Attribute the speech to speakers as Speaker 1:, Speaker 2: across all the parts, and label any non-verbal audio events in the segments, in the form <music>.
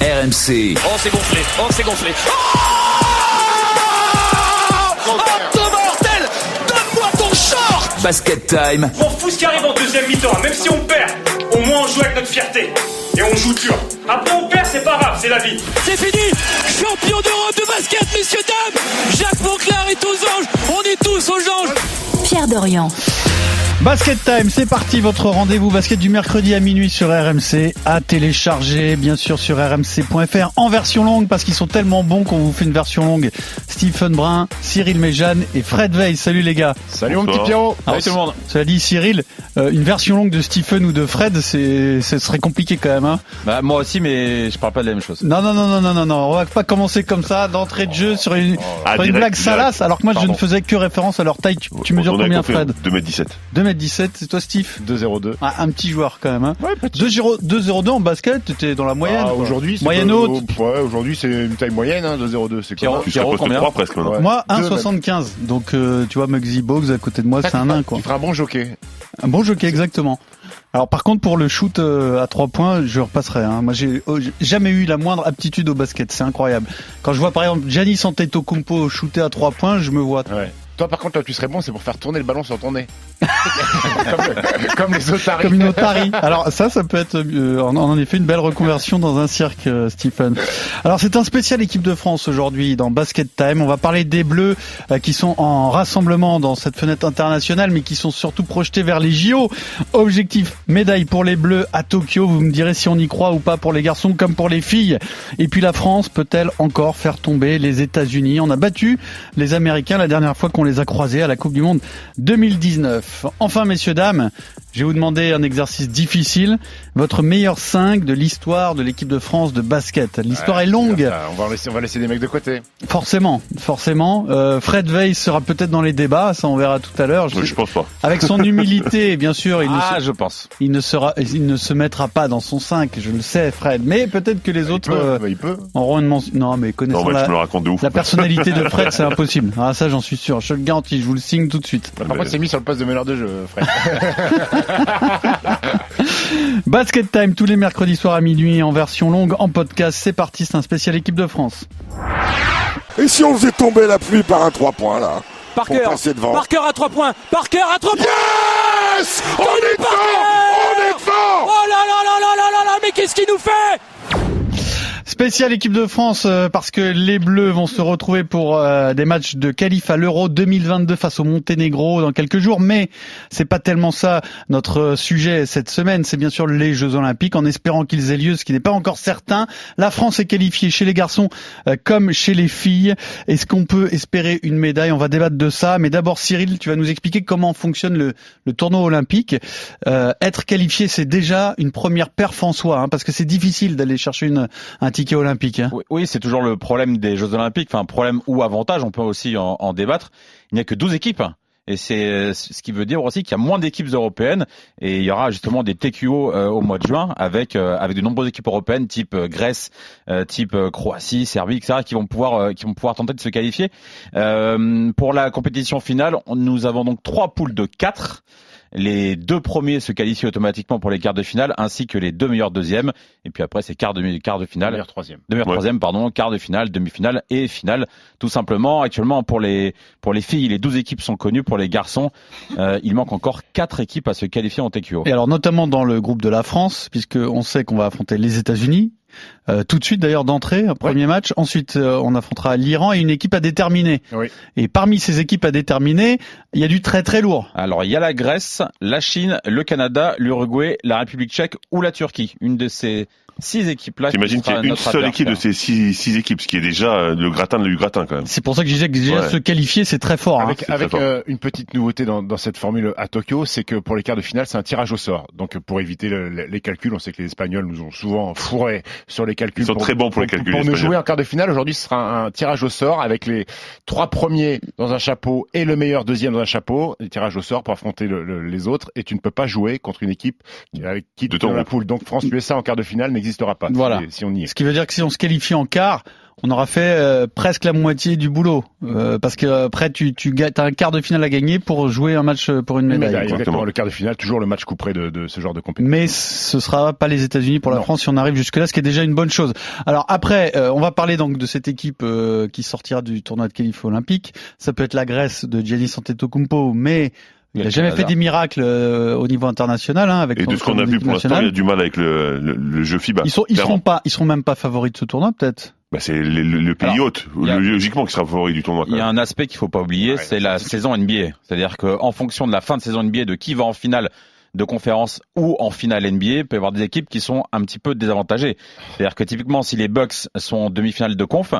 Speaker 1: RMC.
Speaker 2: Oh, c'est gonflé. Oh, c'est gonflé. Oh, oh mortel Donne-moi ton short
Speaker 1: Basket Time.
Speaker 3: On fout ce qui arrive en deuxième mi-temps, hein. même si on perd, au moins on joue avec notre fierté. Et on joue dur. Après on perd, c'est pas grave, c'est la vie.
Speaker 4: C'est fini Champion d'Europe de basket, messieurs, dames Jacques Monclar est aux anges On est tous aux anges
Speaker 5: Pierre Dorian.
Speaker 6: Basket Time, c'est parti, votre rendez-vous basket du mercredi à minuit sur RMC, à télécharger bien sûr sur rmc.fr en version longue parce qu'ils sont tellement bons qu'on vous fait une version longue. Stephen Brun, Cyril Méjeanne et Fred Veil, salut les gars.
Speaker 7: Salut mon petit Pierrot.
Speaker 6: Alors, Cela dit Cyril, euh, une version longue de Stephen ou de Fred, c'est ce serait compliqué quand même. Hein.
Speaker 7: Bah, moi aussi, mais je parle pas de la même chose.
Speaker 6: Non, non, non, non, non, non, non, on va pas commencer comme ça d'entrée de jeu sur une,
Speaker 8: Ah,
Speaker 6: sur une
Speaker 8: direct,
Speaker 6: blague
Speaker 8: direct.
Speaker 6: salace alors que moi je
Speaker 8: Pardon.
Speaker 6: ne faisais que référence à leur taille. Tu, tu mesures
Speaker 8: On a
Speaker 6: combien
Speaker 8: compris,
Speaker 6: Fred
Speaker 8: 2m17.
Speaker 6: 2m17, c'est toi Steve
Speaker 7: 2-0-2.
Speaker 6: Ah, un petit joueur quand même. Hein.
Speaker 7: Ouais, petit.
Speaker 6: 2-0 2-0-2 en basket, t'étais dans la moyenne.
Speaker 7: Ah,
Speaker 6: quoi.
Speaker 7: aujourd'hui, c'est
Speaker 6: Moyenne
Speaker 7: pas-
Speaker 6: haute.
Speaker 7: oh, ouais, aujourd'hui, c'est une taille moyenne, hein, 2-0-2. C'est
Speaker 8: Tu serais poste
Speaker 7: combien
Speaker 8: 3 presque maintenant.
Speaker 7: Ouais.
Speaker 6: Moi,
Speaker 7: Deux,
Speaker 6: 1,75. Donc, euh, tu vois, Muggsy Bogues à côté de moi, c'est un nain, quoi.
Speaker 7: Il fera un bon jockey.
Speaker 6: Un bon jockey, exactement. Alors, par contre, pour le shoot euh, à trois points, je repasserai. Hein. Moi, j'ai oh, j'ai jamais eu la moindre aptitude au basket. C'est incroyable. Quand je vois, par exemple, Gianni Antetokounmpo shooter à trois points, je me vois.
Speaker 7: Ouais. Toi, par contre, là, tu serais bon, c'est pour faire tourner le ballon sur <laughs> ton nez. comme, comme les otaries. Ah,
Speaker 6: Comme une otarie. <laughs> Alors ça, ça peut être euh, en, en effet une belle reconversion dans un cirque, euh, Stephen. Alors c'est un spécial équipe de France aujourd'hui dans Basket Time. On va parler des Bleus euh, qui sont en rassemblement dans cette fenêtre internationale, mais qui sont surtout projetés vers les JO. Objectif médaille pour les Bleus à Tokyo. Vous me direz si on y croit ou pas pour les garçons comme pour les filles. Et puis la France peut-elle encore faire tomber les États-Unis On a battu les Américains la dernière fois qu'on les a croisés à la Coupe du Monde 2019. Enfin, messieurs dames. Je vais vous demander un exercice difficile. Votre meilleur 5 de l'histoire de l'équipe de France de basket. L'histoire est longue,
Speaker 7: Ah, on, va laisser, on va laisser des mecs de côté.
Speaker 6: forcément, forcément. Euh, Fred Veil sera peut-être dans les débats, ça on verra tout à l'heure. Je-
Speaker 8: Je pense pas.
Speaker 6: Avec
Speaker 8: <laughs>
Speaker 6: son humilité, bien sûr, il,
Speaker 7: Ah,
Speaker 6: ne se,
Speaker 7: je pense.
Speaker 6: il ne sera, il ne se mettra pas dans son 5, je le sais, Fred. Mais peut-être que
Speaker 8: Ah,
Speaker 6: les
Speaker 7: Il
Speaker 6: autres
Speaker 7: peut,
Speaker 6: euh,
Speaker 7: bah, il peut.
Speaker 6: auront une mention. Non, mais
Speaker 8: Non,
Speaker 6: connaissant
Speaker 8: mais
Speaker 6: la,
Speaker 8: tu me le racontes de ouf.
Speaker 6: la personnalité de Fred, c'est impossible. Ah, ça, j'en suis sûr. Je le garantis, je vous le signe tout de suite.
Speaker 7: Par contre, c'est mis sur le poste de meneur de jeu, frère.
Speaker 6: Basket Time tous les mercredis soirs à minuit en version longue en podcast. C'est parti, c'est un spécial équipe de France.
Speaker 9: Et si on faisait tomber la pluie par un 3 points là
Speaker 4: Parker
Speaker 9: Pour passer devant.
Speaker 4: Parker à 3 points Parker à 3 points
Speaker 9: Yes On est devant On est
Speaker 4: Oh
Speaker 9: devant
Speaker 4: là là là là là là là Mais qu'est-ce qu'il nous fait
Speaker 6: Spécial équipe de France euh, parce que les Bleus vont se retrouver pour euh, des matchs de qualif à l'Euro 2022 face au Monténégro dans quelques jours. Mais c'est pas tellement ça notre euh, sujet cette semaine. C'est bien sûr les Jeux Olympiques en espérant qu'ils aient lieu, ce qui n'est pas encore certain. La France est qualifiée chez les garçons euh, comme chez les filles. Est-ce qu'on peut espérer une médaille On va débattre de ça. Mais d'abord, Cyril, tu vas nous expliquer comment fonctionne le, le tournoi olympique. Euh, être qualifié, c'est déjà une première perf en soi, hein, parce que c'est difficile d'aller chercher une, un ticket olympique. hein.
Speaker 10: Oui, oui, c'est toujours le problème des Jeux Olympiques, enfin problème ou avantage, on peut aussi en, en débattre. Il n'y a que 12 équipes. Et c'est euh, ce qui veut dire aussi qu'il y a moins d'équipes européennes et il y aura justement des TQO euh, au mois de juin avec euh, avec de nombreuses équipes européennes type euh, Grèce, euh, type euh, Croatie, Serbie, etc. qui vont pouvoir euh, qui vont pouvoir tenter de se qualifier Euh, pour la compétition finale. on- nous avons donc trois poules de quatre. Les deux premiers se qualifient automatiquement pour les quarts de finale ainsi que les deux meilleurs deuxièmes. Et puis après c'est quarts de quarts de finale
Speaker 7: Meilleur troisième.
Speaker 10: Demi
Speaker 8: Ouais.
Speaker 10: troisième, pardon, quart de finale, demi-finale et finale, tout simplement. Actuellement, pour les pour les filles, les 12 équipes sont connues. Pour les garçons, euh, il manque encore quatre équipes à se qualifier en TQO.
Speaker 6: Et alors notamment dans le groupe de la France, puisque on sait qu'on va affronter les États-Unis. euh, tout de suite d'ailleurs d'entrée, un premier match. Ensuite, euh, on affrontera l'Iran et une équipe à déterminer.
Speaker 7: Oui.
Speaker 6: Et parmi ces équipes à déterminer, il y a du très très lourd.
Speaker 10: Alors, il y a la Grèce, la Chine, le Canada, l'Uruguay, la République tchèque ou la Turquie. Une de ces six équipes-là. qui
Speaker 8: T'imagines qu'il y
Speaker 10: sera
Speaker 8: a une
Speaker 10: Ah, notre
Speaker 8: seule équipe de
Speaker 10: adversaire.
Speaker 8: ces 6 équipes, ce qui est déjà euh, le gratin de le gratin quand même.
Speaker 6: C'est pour ça que je disais que déjà
Speaker 8: Ouais.
Speaker 6: se qualifier, c'est très fort. hein.
Speaker 8: c'est
Speaker 7: Avec,
Speaker 8: très
Speaker 7: avec
Speaker 8: fort.
Speaker 7: euh, une petite nouveauté dans, dans cette formule à Tokyo, c'est que pour les quarts de finale, c'est un tirage au sort. Donc pour éviter le- le- les calculs, on sait que les Espagnols nous ont souvent fourré sur les calculs.
Speaker 8: Ils sont très bons pour les calculs,
Speaker 7: Pour
Speaker 8: les
Speaker 7: nous
Speaker 8: Espagnols.
Speaker 7: jouer en quart de finale, aujourd'hui, ce sera un, un tirage au sort avec les trois premiers dans un chapeau et le meilleur deuxième dans un chapeau. Le tirage au sort pour affronter le- le- les autres. Et tu ne peux pas jouer contre une équipe qui- avec qui
Speaker 8: De
Speaker 7: tu
Speaker 8: ton
Speaker 7: dans la
Speaker 8: groupe.
Speaker 7: poule. Donc France-USA en quart de finale n'existera pas.
Speaker 6: Voilà.
Speaker 7: Si, si on y est.
Speaker 6: Ce qui veut dire que si on se qualifie en quart, on aura fait euh, presque la moitié du boulot. Euh, parce que euh, après, tu, tu as un quart de finale à gagner pour jouer un match euh, pour une
Speaker 7: Mais
Speaker 6: médaille.
Speaker 7: là,
Speaker 6: quoi.
Speaker 7: exactement, le quart de finale, toujours le match couperé de, de ce genre de compétition.
Speaker 6: Mais ce sera pas les États-Unis pour la
Speaker 7: Non.
Speaker 6: France si on arrive jusque-là, ce qui est déjà une bonne chose. Alors après, euh, on va parler donc de cette équipe euh, qui sortira du tournoi de qualif olympique. Ça peut être la Grèce de Giannis Antetokounmpo, mais il
Speaker 10: Le
Speaker 6: n'a jamais fait
Speaker 10: Canada.
Speaker 6: des miracles euh, au niveau international hein, avec
Speaker 8: Et de
Speaker 6: son-
Speaker 8: ce qu'on
Speaker 6: son
Speaker 8: a vu
Speaker 6: équipe
Speaker 8: pour l'instant, il y
Speaker 6: nationale.
Speaker 8: a du mal avec le, le, le jeu FIBA.
Speaker 6: Ils sont, ils
Speaker 8: Clairement.
Speaker 6: seront pas, ils seront même pas favoris de ce tournoi peut-être.
Speaker 8: Bah, c'est le, le- le pays
Speaker 10: Alors,
Speaker 8: hôte,
Speaker 10: il y a-
Speaker 8: logiquement, qui sera favori du tournoi. Quand
Speaker 10: Il y a
Speaker 8: même.
Speaker 10: un aspect qu'il faut pas oublier,
Speaker 7: Ouais.
Speaker 10: c'est la saison NBA. C'est-à-dire que en fonction de la fin de saison NBA, de qui va en finale de conférence ou en finale NBA, il peut y avoir des équipes qui sont un petit peu désavantagées. C'est-à-dire que typiquement, si les Bucks sont en demi-finale de conf,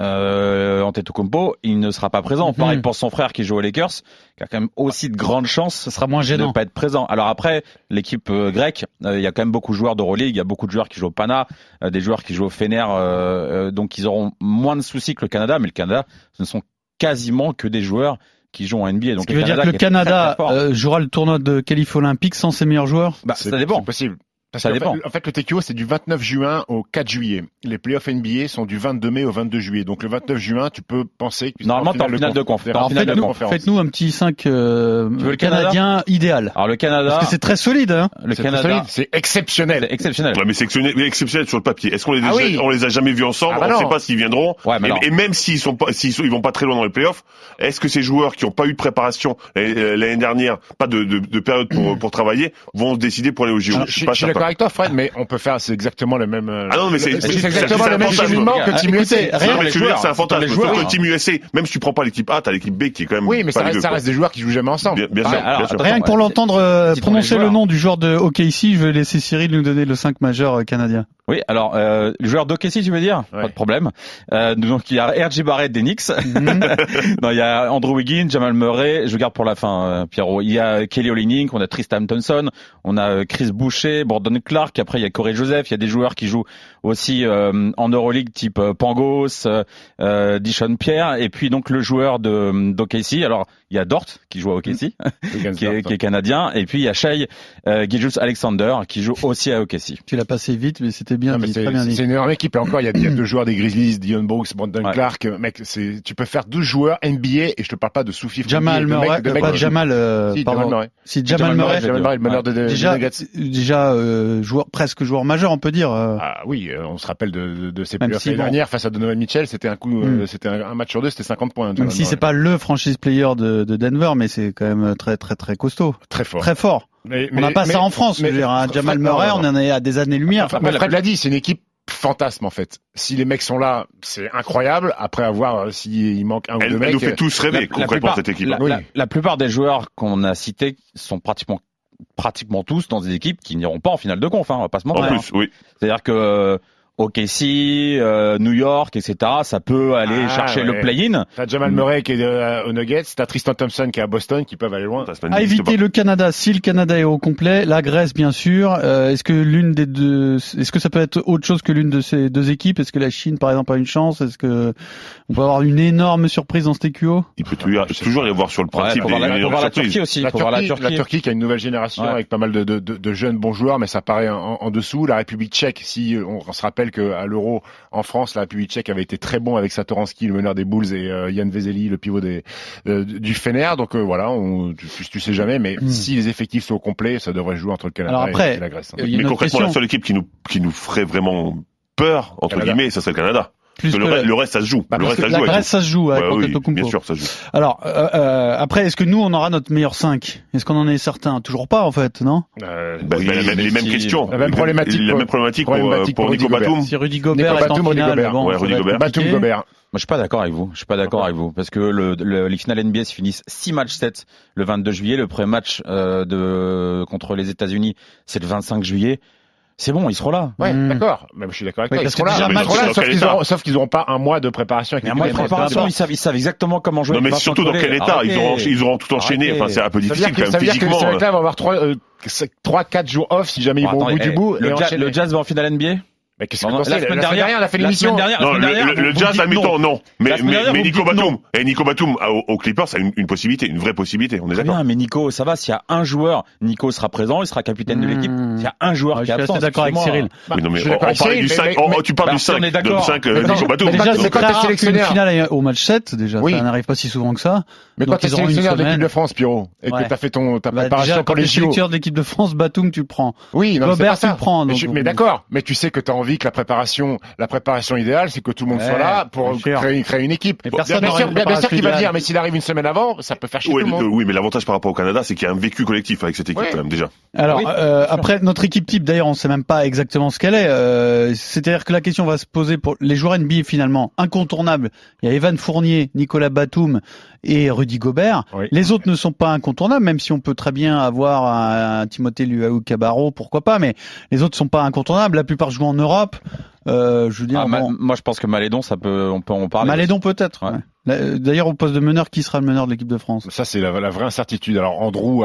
Speaker 10: euh, Antetokounmpo, il ne sera pas présent.
Speaker 6: Mhm.
Speaker 10: Pareil pour son frère qui joue aux Lakers, qui a quand même aussi de grandes chances
Speaker 6: Ce sera moins
Speaker 10: de ne
Speaker 6: gênant.
Speaker 10: pas être présent. Alors après, l'équipe euh, grecque, euh, il y a quand même beaucoup de joueurs d'Euroleague, il y a beaucoup de joueurs qui jouent au Pana, euh, des joueurs qui jouent au Fener, euh, euh, donc ils auront moins de soucis que le Canada, mais le Canada, ce ne sont quasiment que des joueurs qui jouent en NBA. Donc
Speaker 6: Ce qui veut dire que le
Speaker 10: qui est très, très
Speaker 6: Canada
Speaker 10: fort.
Speaker 6: euh, jouera le tournoi de qualif olympique sans ses meilleurs joueurs.
Speaker 10: Bah,
Speaker 7: C'est-
Speaker 10: ça
Speaker 7: C'est
Speaker 10: dépend.
Speaker 7: possible. Parce
Speaker 10: Ça
Speaker 7: qu'en
Speaker 10: dépend.
Speaker 7: Fait, en fait, le TQO, c'est du 29 juin au 4 juillet. Les playoffs NBA sont du 22 mai au 22 juillet. Donc le 29 juin, tu peux penser que tu
Speaker 10: Normalement,
Speaker 7: seras
Speaker 10: t'es en finale de conf.
Speaker 7: T'es
Speaker 10: T'es en
Speaker 7: en
Speaker 10: finale
Speaker 7: finale de
Speaker 10: de
Speaker 6: Faites-nous
Speaker 7: conférence.
Speaker 6: faites -nous un petit 5
Speaker 10: veux le Canada
Speaker 6: canadien idéal.
Speaker 10: Alors le Canada,
Speaker 6: Parce que c'est très solide. Hein.
Speaker 10: le
Speaker 7: C'est très
Speaker 10: Canada,
Speaker 7: solide, C'est exceptionnel.
Speaker 10: c'est exceptionnel.
Speaker 8: Ouais, mais c'est exceptionnel, mais exceptionnel sur le papier. Est-ce qu'on les, a
Speaker 7: Ah
Speaker 8: ja-
Speaker 7: oui.
Speaker 8: on les a jamais vus ensemble
Speaker 7: Ah bah
Speaker 8: On ne
Speaker 7: non.
Speaker 8: sait pas s'ils viendront.
Speaker 10: Ouais, mais
Speaker 8: et,
Speaker 10: alors-
Speaker 8: et même s'ils sont pas, s'ils sont- ils vont pas très loin dans les playoffs, est-ce que ces joueurs qui n'ont pas eu de préparation l'année euh, l'année dernière, pas de, de- de période pour, pour travailler, vont se décider pour aller au JO
Speaker 7: Je,
Speaker 8: Je
Speaker 7: je-
Speaker 8: suis pas
Speaker 7: je suis
Speaker 8: certain.
Speaker 7: d'accord avec toi, Fred, mais on peut faire, c'est exactement le même. euh,
Speaker 8: Ah non, mais c'est-
Speaker 7: c'est
Speaker 8: c'est- c'est-
Speaker 7: exactement
Speaker 8: c'est
Speaker 7: le
Speaker 8: un
Speaker 7: même
Speaker 8: fantasme.
Speaker 7: cheminement que
Speaker 10: Ah,
Speaker 7: Team
Speaker 6: écoutez,
Speaker 7: USA.
Speaker 6: rien
Speaker 8: Non, mais
Speaker 10: les
Speaker 8: tu veux dire,
Speaker 10: joueurs,
Speaker 8: c'est un fantasme.
Speaker 10: les
Speaker 8: Sauf
Speaker 10: joueurs,
Speaker 8: que
Speaker 10: hein.
Speaker 8: Team USA, même si tu prends pas l'équipe A, t'as l'équipe B qui est quand même.
Speaker 7: Oui, mais ça
Speaker 8: pas
Speaker 7: reste,
Speaker 8: dégueu,
Speaker 7: ça
Speaker 8: quoi.
Speaker 7: reste des joueurs qui jouent jamais ensemble.
Speaker 8: Bien, bien
Speaker 10: Ouais,
Speaker 8: sûr.
Speaker 10: alors,
Speaker 8: bien sûr.
Speaker 10: attends,
Speaker 6: Rien que pour
Speaker 10: ouais,
Speaker 6: l'entendre euh,
Speaker 10: c'est-
Speaker 6: prononcer
Speaker 10: c'est-
Speaker 6: le nom du joueur de hockey ici, je vais laisser Cyril nous donner le 5 majeur euh, canadien.
Speaker 10: Oui, alors euh, le joueur d'Okessi, tu veux dire
Speaker 7: Ouais.
Speaker 10: Pas de problème. Euh, donc il y a RJ Barrett des Knicks. <laughs> non, il y a Andrew Wiggins, Jamal Murray, je garde pour la fin euh, Pierrot. Il y a Kelly Olynyk, on a Tristan Thompson, on a euh, Chris Boucher, Brandon Clark, après il y a Corey Joseph, il y a des joueurs qui jouent aussi euh, en Euroleague type euh, Pangos, euh, euh, Dishon Pierre et puis donc le joueur de d'OKC. Alors, il y a Dort qui joue à OKC qui, est, qui est canadien et puis il y a Shai euh, Gilgeous Alexander qui joue aussi à OKC.
Speaker 6: Tu l'as passé vite, mais c'était bien
Speaker 7: Non, mais
Speaker 6: dit,
Speaker 7: c'est
Speaker 6: très bien
Speaker 7: c'est-
Speaker 6: dit.
Speaker 7: c'est une énorme équipe. Et encore, il y, a- il y a deux joueurs des Grizzlies, Dion Brooks, Brandon
Speaker 10: Ouais.
Speaker 7: Clark. Euh, Mec, c'est- tu peux faire deux joueurs NBA et je te parle pas de Soufif.
Speaker 6: Jamal
Speaker 7: Moubi, de
Speaker 6: Murray,
Speaker 7: mecs- de
Speaker 6: euh,
Speaker 7: mecs-
Speaker 6: pas Jamal, euh,
Speaker 7: Si, Jamal
Speaker 6: pardon.
Speaker 7: Murray.
Speaker 6: Si Jamal Murray,
Speaker 7: Jamal Murray, le meneur de- de-
Speaker 6: déjà,
Speaker 7: des Nuggets.
Speaker 6: déjà euh, joueur, presque joueur majeur, on peut dire. euh,
Speaker 7: Ah oui, euh, on se rappelle de, de, de ses
Speaker 6: Même
Speaker 7: playoffs
Speaker 6: si,
Speaker 7: l'année
Speaker 6: bon.
Speaker 7: dernière face à Donovan Mitchell, c'était un coup, euh,
Speaker 6: Mm.
Speaker 7: c'était un, un match sur deux, c'était 50 points. hein,
Speaker 6: même si c'est pas le franchise player de, de Denver, mais c'est quand même très très très costaud,
Speaker 7: très fort.
Speaker 6: très fort.
Speaker 7: Mais-
Speaker 6: on n'a
Speaker 7: mais-
Speaker 6: pas
Speaker 7: mais-
Speaker 6: ça en France.
Speaker 7: mais-
Speaker 6: je veux dire, hein.
Speaker 7: Fr-
Speaker 6: Jamal
Speaker 7: Fr- non,
Speaker 6: Murray,
Speaker 7: non,
Speaker 6: on
Speaker 7: non.
Speaker 6: en est à des années lumière.
Speaker 7: Fr- mais Fred l'a dit, c'est une équipe fantasme en fait. Si les mecs sont là, c'est incroyable. Après avoir, s'il manque un ou deux
Speaker 8: Elle, elle
Speaker 7: mecs,
Speaker 8: nous fait tous rêver, concrètement,
Speaker 10: plupart-
Speaker 8: cette équipe.
Speaker 10: La,
Speaker 7: Oui.
Speaker 10: la- la plupart des joueurs qu'on a cités sont pratiquement pratiquement tous dans des équipes qui n'iront pas en finale de conf, hein, on va pas se
Speaker 8: En
Speaker 10: mentir.
Speaker 8: plus, oui.
Speaker 10: hein. C'est-à-dire que euh, OKC, euh, New York, etc., ça peut aller
Speaker 7: Ah,
Speaker 10: chercher
Speaker 7: ouais.
Speaker 10: le play-in.
Speaker 7: t'as Jamal
Speaker 6: Mm.
Speaker 7: Murray qui est euh, aux Nuggets, t'as Tristan Thompson qui est à Boston, qui peuvent aller loin.
Speaker 8: Ça se
Speaker 10: Ah,
Speaker 8: manifeste
Speaker 6: À éviter
Speaker 8: pas.
Speaker 6: le Canada, si le Canada est au complet, la Grèce bien sûr. Euh, est-ce que l'une des deux, est-ce que ça peut être autre chose que l'une de ces deux équipes Est-ce que la Chine par exemple a une chance Est-ce que on peut avoir une énorme surprise dans ce TQO
Speaker 8: Il peut toujours, toujours y avoir sur le
Speaker 10: Ouais,
Speaker 8: principe
Speaker 10: faut voir
Speaker 8: des
Speaker 10: la, faut
Speaker 8: des
Speaker 10: voir la
Speaker 8: surprises.
Speaker 10: Turquie aussi.
Speaker 7: La
Speaker 10: faut
Speaker 7: Turquie,
Speaker 10: voir la
Speaker 7: la
Speaker 10: Turquie.
Speaker 7: Turquie qui a une nouvelle génération
Speaker 10: Ouais.
Speaker 7: avec pas mal de, de, de, de jeunes bons joueurs, mais ça paraît en, en dessous. La République tchèque, si on, on se rappelle qu'à l'Euro en France, la République tchèque avait été très bon avec Satoransky, le meneur des Bulls, et euh, Yann Vezeli, le pivot des, euh, du Fener. Donc euh, voilà, on, tu, tu sais jamais, mais
Speaker 6: Hmm.
Speaker 7: si les effectifs sont au complet, ça devrait jouer entre le Canada
Speaker 6: Alors
Speaker 7: et-
Speaker 6: après, euh,
Speaker 7: et la Grèce. hein.
Speaker 6: Il y a
Speaker 8: Mais
Speaker 6: une autre
Speaker 8: concrètement,
Speaker 6: question.
Speaker 8: la seule équipe qui nous, qui nous ferait vraiment peur, entre
Speaker 7: Canada.
Speaker 8: guillemets, ça serait le Canada.
Speaker 6: Plus
Speaker 8: Parce que
Speaker 6: que
Speaker 8: le,
Speaker 6: la-
Speaker 8: re- le reste, ça se joue.
Speaker 7: Bah,
Speaker 8: le reste,
Speaker 6: parce que
Speaker 8: ça se
Speaker 6: la
Speaker 8: joue. avec
Speaker 6: Grèce, ça se joue
Speaker 8: nous.
Speaker 6: avec
Speaker 8: Ouais, oui,
Speaker 6: Antetokounmpo.
Speaker 8: bien sûr, ça se joue.
Speaker 6: Alors euh, euh, après, est-ce que nous on aura notre meilleur 5 Est-ce qu'on en est certain Toujours pas en fait, non
Speaker 7: Euh,
Speaker 8: Bah,
Speaker 10: Oui,
Speaker 8: bah, la même- les
Speaker 10: Messi,
Speaker 8: mêmes questions.
Speaker 7: la même problématique
Speaker 8: La
Speaker 7: pour-
Speaker 8: même problématique pour, euh,
Speaker 7: problématique
Speaker 8: pour
Speaker 7: pour
Speaker 8: Nico
Speaker 7: Rudy
Speaker 8: Batum.
Speaker 6: Si Rudy Gobert
Speaker 7: Nicolas
Speaker 6: est en
Speaker 7: Batum, Rudy
Speaker 6: finale,
Speaker 7: Gobert.
Speaker 6: bon,
Speaker 8: Ouais,
Speaker 6: ça
Speaker 8: Rudy
Speaker 6: va être
Speaker 8: Gobert.
Speaker 7: Batum
Speaker 6: compliqué.
Speaker 7: Gobert.
Speaker 10: Moi, je suis pas d'accord avec vous. Je suis pas d'accord avec vous parce que le, le- les finales NBA se finissent 6 matchs 7 le 22 juillet. Le premier match euh, de contre les États-Unis, c'est le 25 juillet. C'est bon, ils seront là.
Speaker 7: Ouais,
Speaker 6: Hmm.
Speaker 7: d'accord. Même je suis d'accord avec
Speaker 6: Ouais,
Speaker 7: toi. Ils
Speaker 6: parce
Speaker 7: seront
Speaker 6: que
Speaker 7: là,
Speaker 6: déjà,
Speaker 7: ils
Speaker 6: match-
Speaker 7: seront là,
Speaker 8: dans
Speaker 7: sauf
Speaker 8: quel
Speaker 7: qu'ils
Speaker 8: état
Speaker 7: auront- sauf qu'ils n'auront pas un mois de préparation avec
Speaker 10: Mais un
Speaker 7: l'équipe
Speaker 10: mois de
Speaker 7: américaine.
Speaker 10: préparation, ils savent, ils savent exactement comment jouer.
Speaker 8: Non, mais
Speaker 10: Vincent
Speaker 8: surtout dans
Speaker 10: Collet.
Speaker 8: quel état
Speaker 10: Arrêtez.
Speaker 8: ils auront, ils auront tout enchaîné.
Speaker 10: Arrêtez.
Speaker 8: Enfin, c'est un peu
Speaker 7: Ça veut dire
Speaker 8: difficile
Speaker 7: que,
Speaker 8: quand
Speaker 7: ça
Speaker 8: même
Speaker 7: veut dire que
Speaker 8: physiquement. hein.
Speaker 7: ces mecs-là vont avoir trois, euh, trois, quatre jours off si jamais ils
Speaker 10: Bon,
Speaker 7: vont au bout
Speaker 10: attendez,
Speaker 7: du
Speaker 10: eh,
Speaker 7: bout. et
Speaker 10: Le, Ja-
Speaker 7: enchaîner.
Speaker 10: le Jazz va en finale NBA
Speaker 7: Mais Mais qu'est-ce que
Speaker 10: Non,
Speaker 7: vous
Speaker 10: non,
Speaker 7: pensez La semaine dernière, elle a fait
Speaker 10: la semaine
Speaker 7: l'émission.
Speaker 10: dernière, la
Speaker 8: Non,
Speaker 10: semaine
Speaker 8: le,
Speaker 10: dernière,
Speaker 8: le- le
Speaker 10: vous
Speaker 8: jazz
Speaker 10: dites
Speaker 8: à mi-temps, non. Mais,
Speaker 10: La semaine
Speaker 8: mais,
Speaker 10: dernière,
Speaker 8: mais
Speaker 10: vous
Speaker 8: Nico
Speaker 10: dites
Speaker 8: Batum, et Nico Batum à- au, au Clippers, c'est une, une possibilité, une vraie possibilité. On est
Speaker 10: Très
Speaker 8: d'accord.
Speaker 10: bien, mais Nico, ça va, s'il y a un joueur, Nico sera présent, il sera capitaine de l'équipe.
Speaker 6: Mmh.
Speaker 10: S'il y a un joueur
Speaker 6: Ouais,
Speaker 10: qui
Speaker 6: je
Speaker 10: est
Speaker 6: suis
Speaker 10: absent,
Speaker 6: assez d'accord avec
Speaker 10: excusez-moi.
Speaker 6: Cyril.
Speaker 8: Oui, non, mais
Speaker 7: je
Speaker 8: on,
Speaker 7: suis d'accord
Speaker 8: on
Speaker 7: avec
Speaker 8: parle
Speaker 7: Cyril,
Speaker 8: du
Speaker 7: mais-
Speaker 8: 5,
Speaker 7: mais-
Speaker 8: oh,
Speaker 7: mais-
Speaker 8: oh, tu parles
Speaker 10: Bah,
Speaker 8: du
Speaker 10: si on
Speaker 8: 5,
Speaker 10: est d'accord. Mais
Speaker 8: de euh,
Speaker 10: non,
Speaker 8: Nico Batum.
Speaker 10: mais déjà,
Speaker 8: Donc,
Speaker 10: c'est
Speaker 6: C'est
Speaker 10: quand
Speaker 6: très
Speaker 10: t'es
Speaker 6: rare qu'une
Speaker 10: sélectionneur-
Speaker 6: finale aille au match 7 déjà.
Speaker 7: Oui.
Speaker 6: Ça n'arrive pas si souvent que ça.
Speaker 7: Mais
Speaker 6: Donc,
Speaker 7: quand t'es
Speaker 6: ils auront une
Speaker 7: sélectionneur de l'équipe
Speaker 6: semaine.
Speaker 7: de France, Pierrot, et
Speaker 6: Ouais.
Speaker 7: que t'as fait ton, ta
Speaker 6: Bah,
Speaker 7: préparation
Speaker 6: déjà, quand
Speaker 7: pour
Speaker 6: t'es
Speaker 7: les JO.
Speaker 6: sélectionneur de l'équipe de France, Batum, tu le prends.
Speaker 7: Oui, non, mais c'est
Speaker 6: Gobert,
Speaker 7: pas ça.
Speaker 6: tu le prends,
Speaker 7: Mais,
Speaker 6: donc-
Speaker 7: je- mais d'accord, mais tu sais que tu as envie que la préparation, la préparation idéale, c'est que tout le monde
Speaker 6: Ouais,
Speaker 7: soit là pour
Speaker 6: bien sûr.
Speaker 7: créer, créer une équipe.
Speaker 6: Mais
Speaker 7: Bon,
Speaker 6: personne
Speaker 7: bien
Speaker 6: n'aura
Speaker 7: sûr,
Speaker 6: une
Speaker 7: bien- bien sûr qu'il va
Speaker 6: préparation
Speaker 7: dire,
Speaker 6: idéale.
Speaker 7: mais s'il arrive une semaine avant, ça peut faire chier
Speaker 8: ouais,
Speaker 7: tout le
Speaker 8: euh,
Speaker 7: monde.
Speaker 8: oui, mais l'avantage par rapport au Canada, c'est qu'il y a un vécu collectif avec cette équipe
Speaker 7: Ouais.
Speaker 8: quand même déjà.
Speaker 6: Alors
Speaker 7: Oui,
Speaker 6: euh, après notre équipe type d'ailleurs on sait même pas exactement ce qu'elle est. Euh, C'est-à-dire que la question va se poser pour les joueurs NBA finalement incontournables. Il y a Evan Fournier, Nicolas Batum et Rudy Gobert.
Speaker 7: Oui.
Speaker 6: Les autres ne sont pas incontournables même si on peut très bien avoir un, un Timothée Luau Cabarro pourquoi pas mais les autres sont pas incontournables. La plupart jouent en Europe. Euh, je veux dire
Speaker 10: Ah, ma-
Speaker 6: bon,
Speaker 10: moi, je pense que Malédon, ça peut, on peut en parler.
Speaker 6: Malédon peut-être.
Speaker 10: Ouais.
Speaker 6: ouais. Là, euh, D'ailleurs au poste de meneur qui sera le meneur de l'équipe de France
Speaker 7: Ça, c'est la, la vraie incertitude. Alors,
Speaker 10: Ouais.
Speaker 7: Andrew a,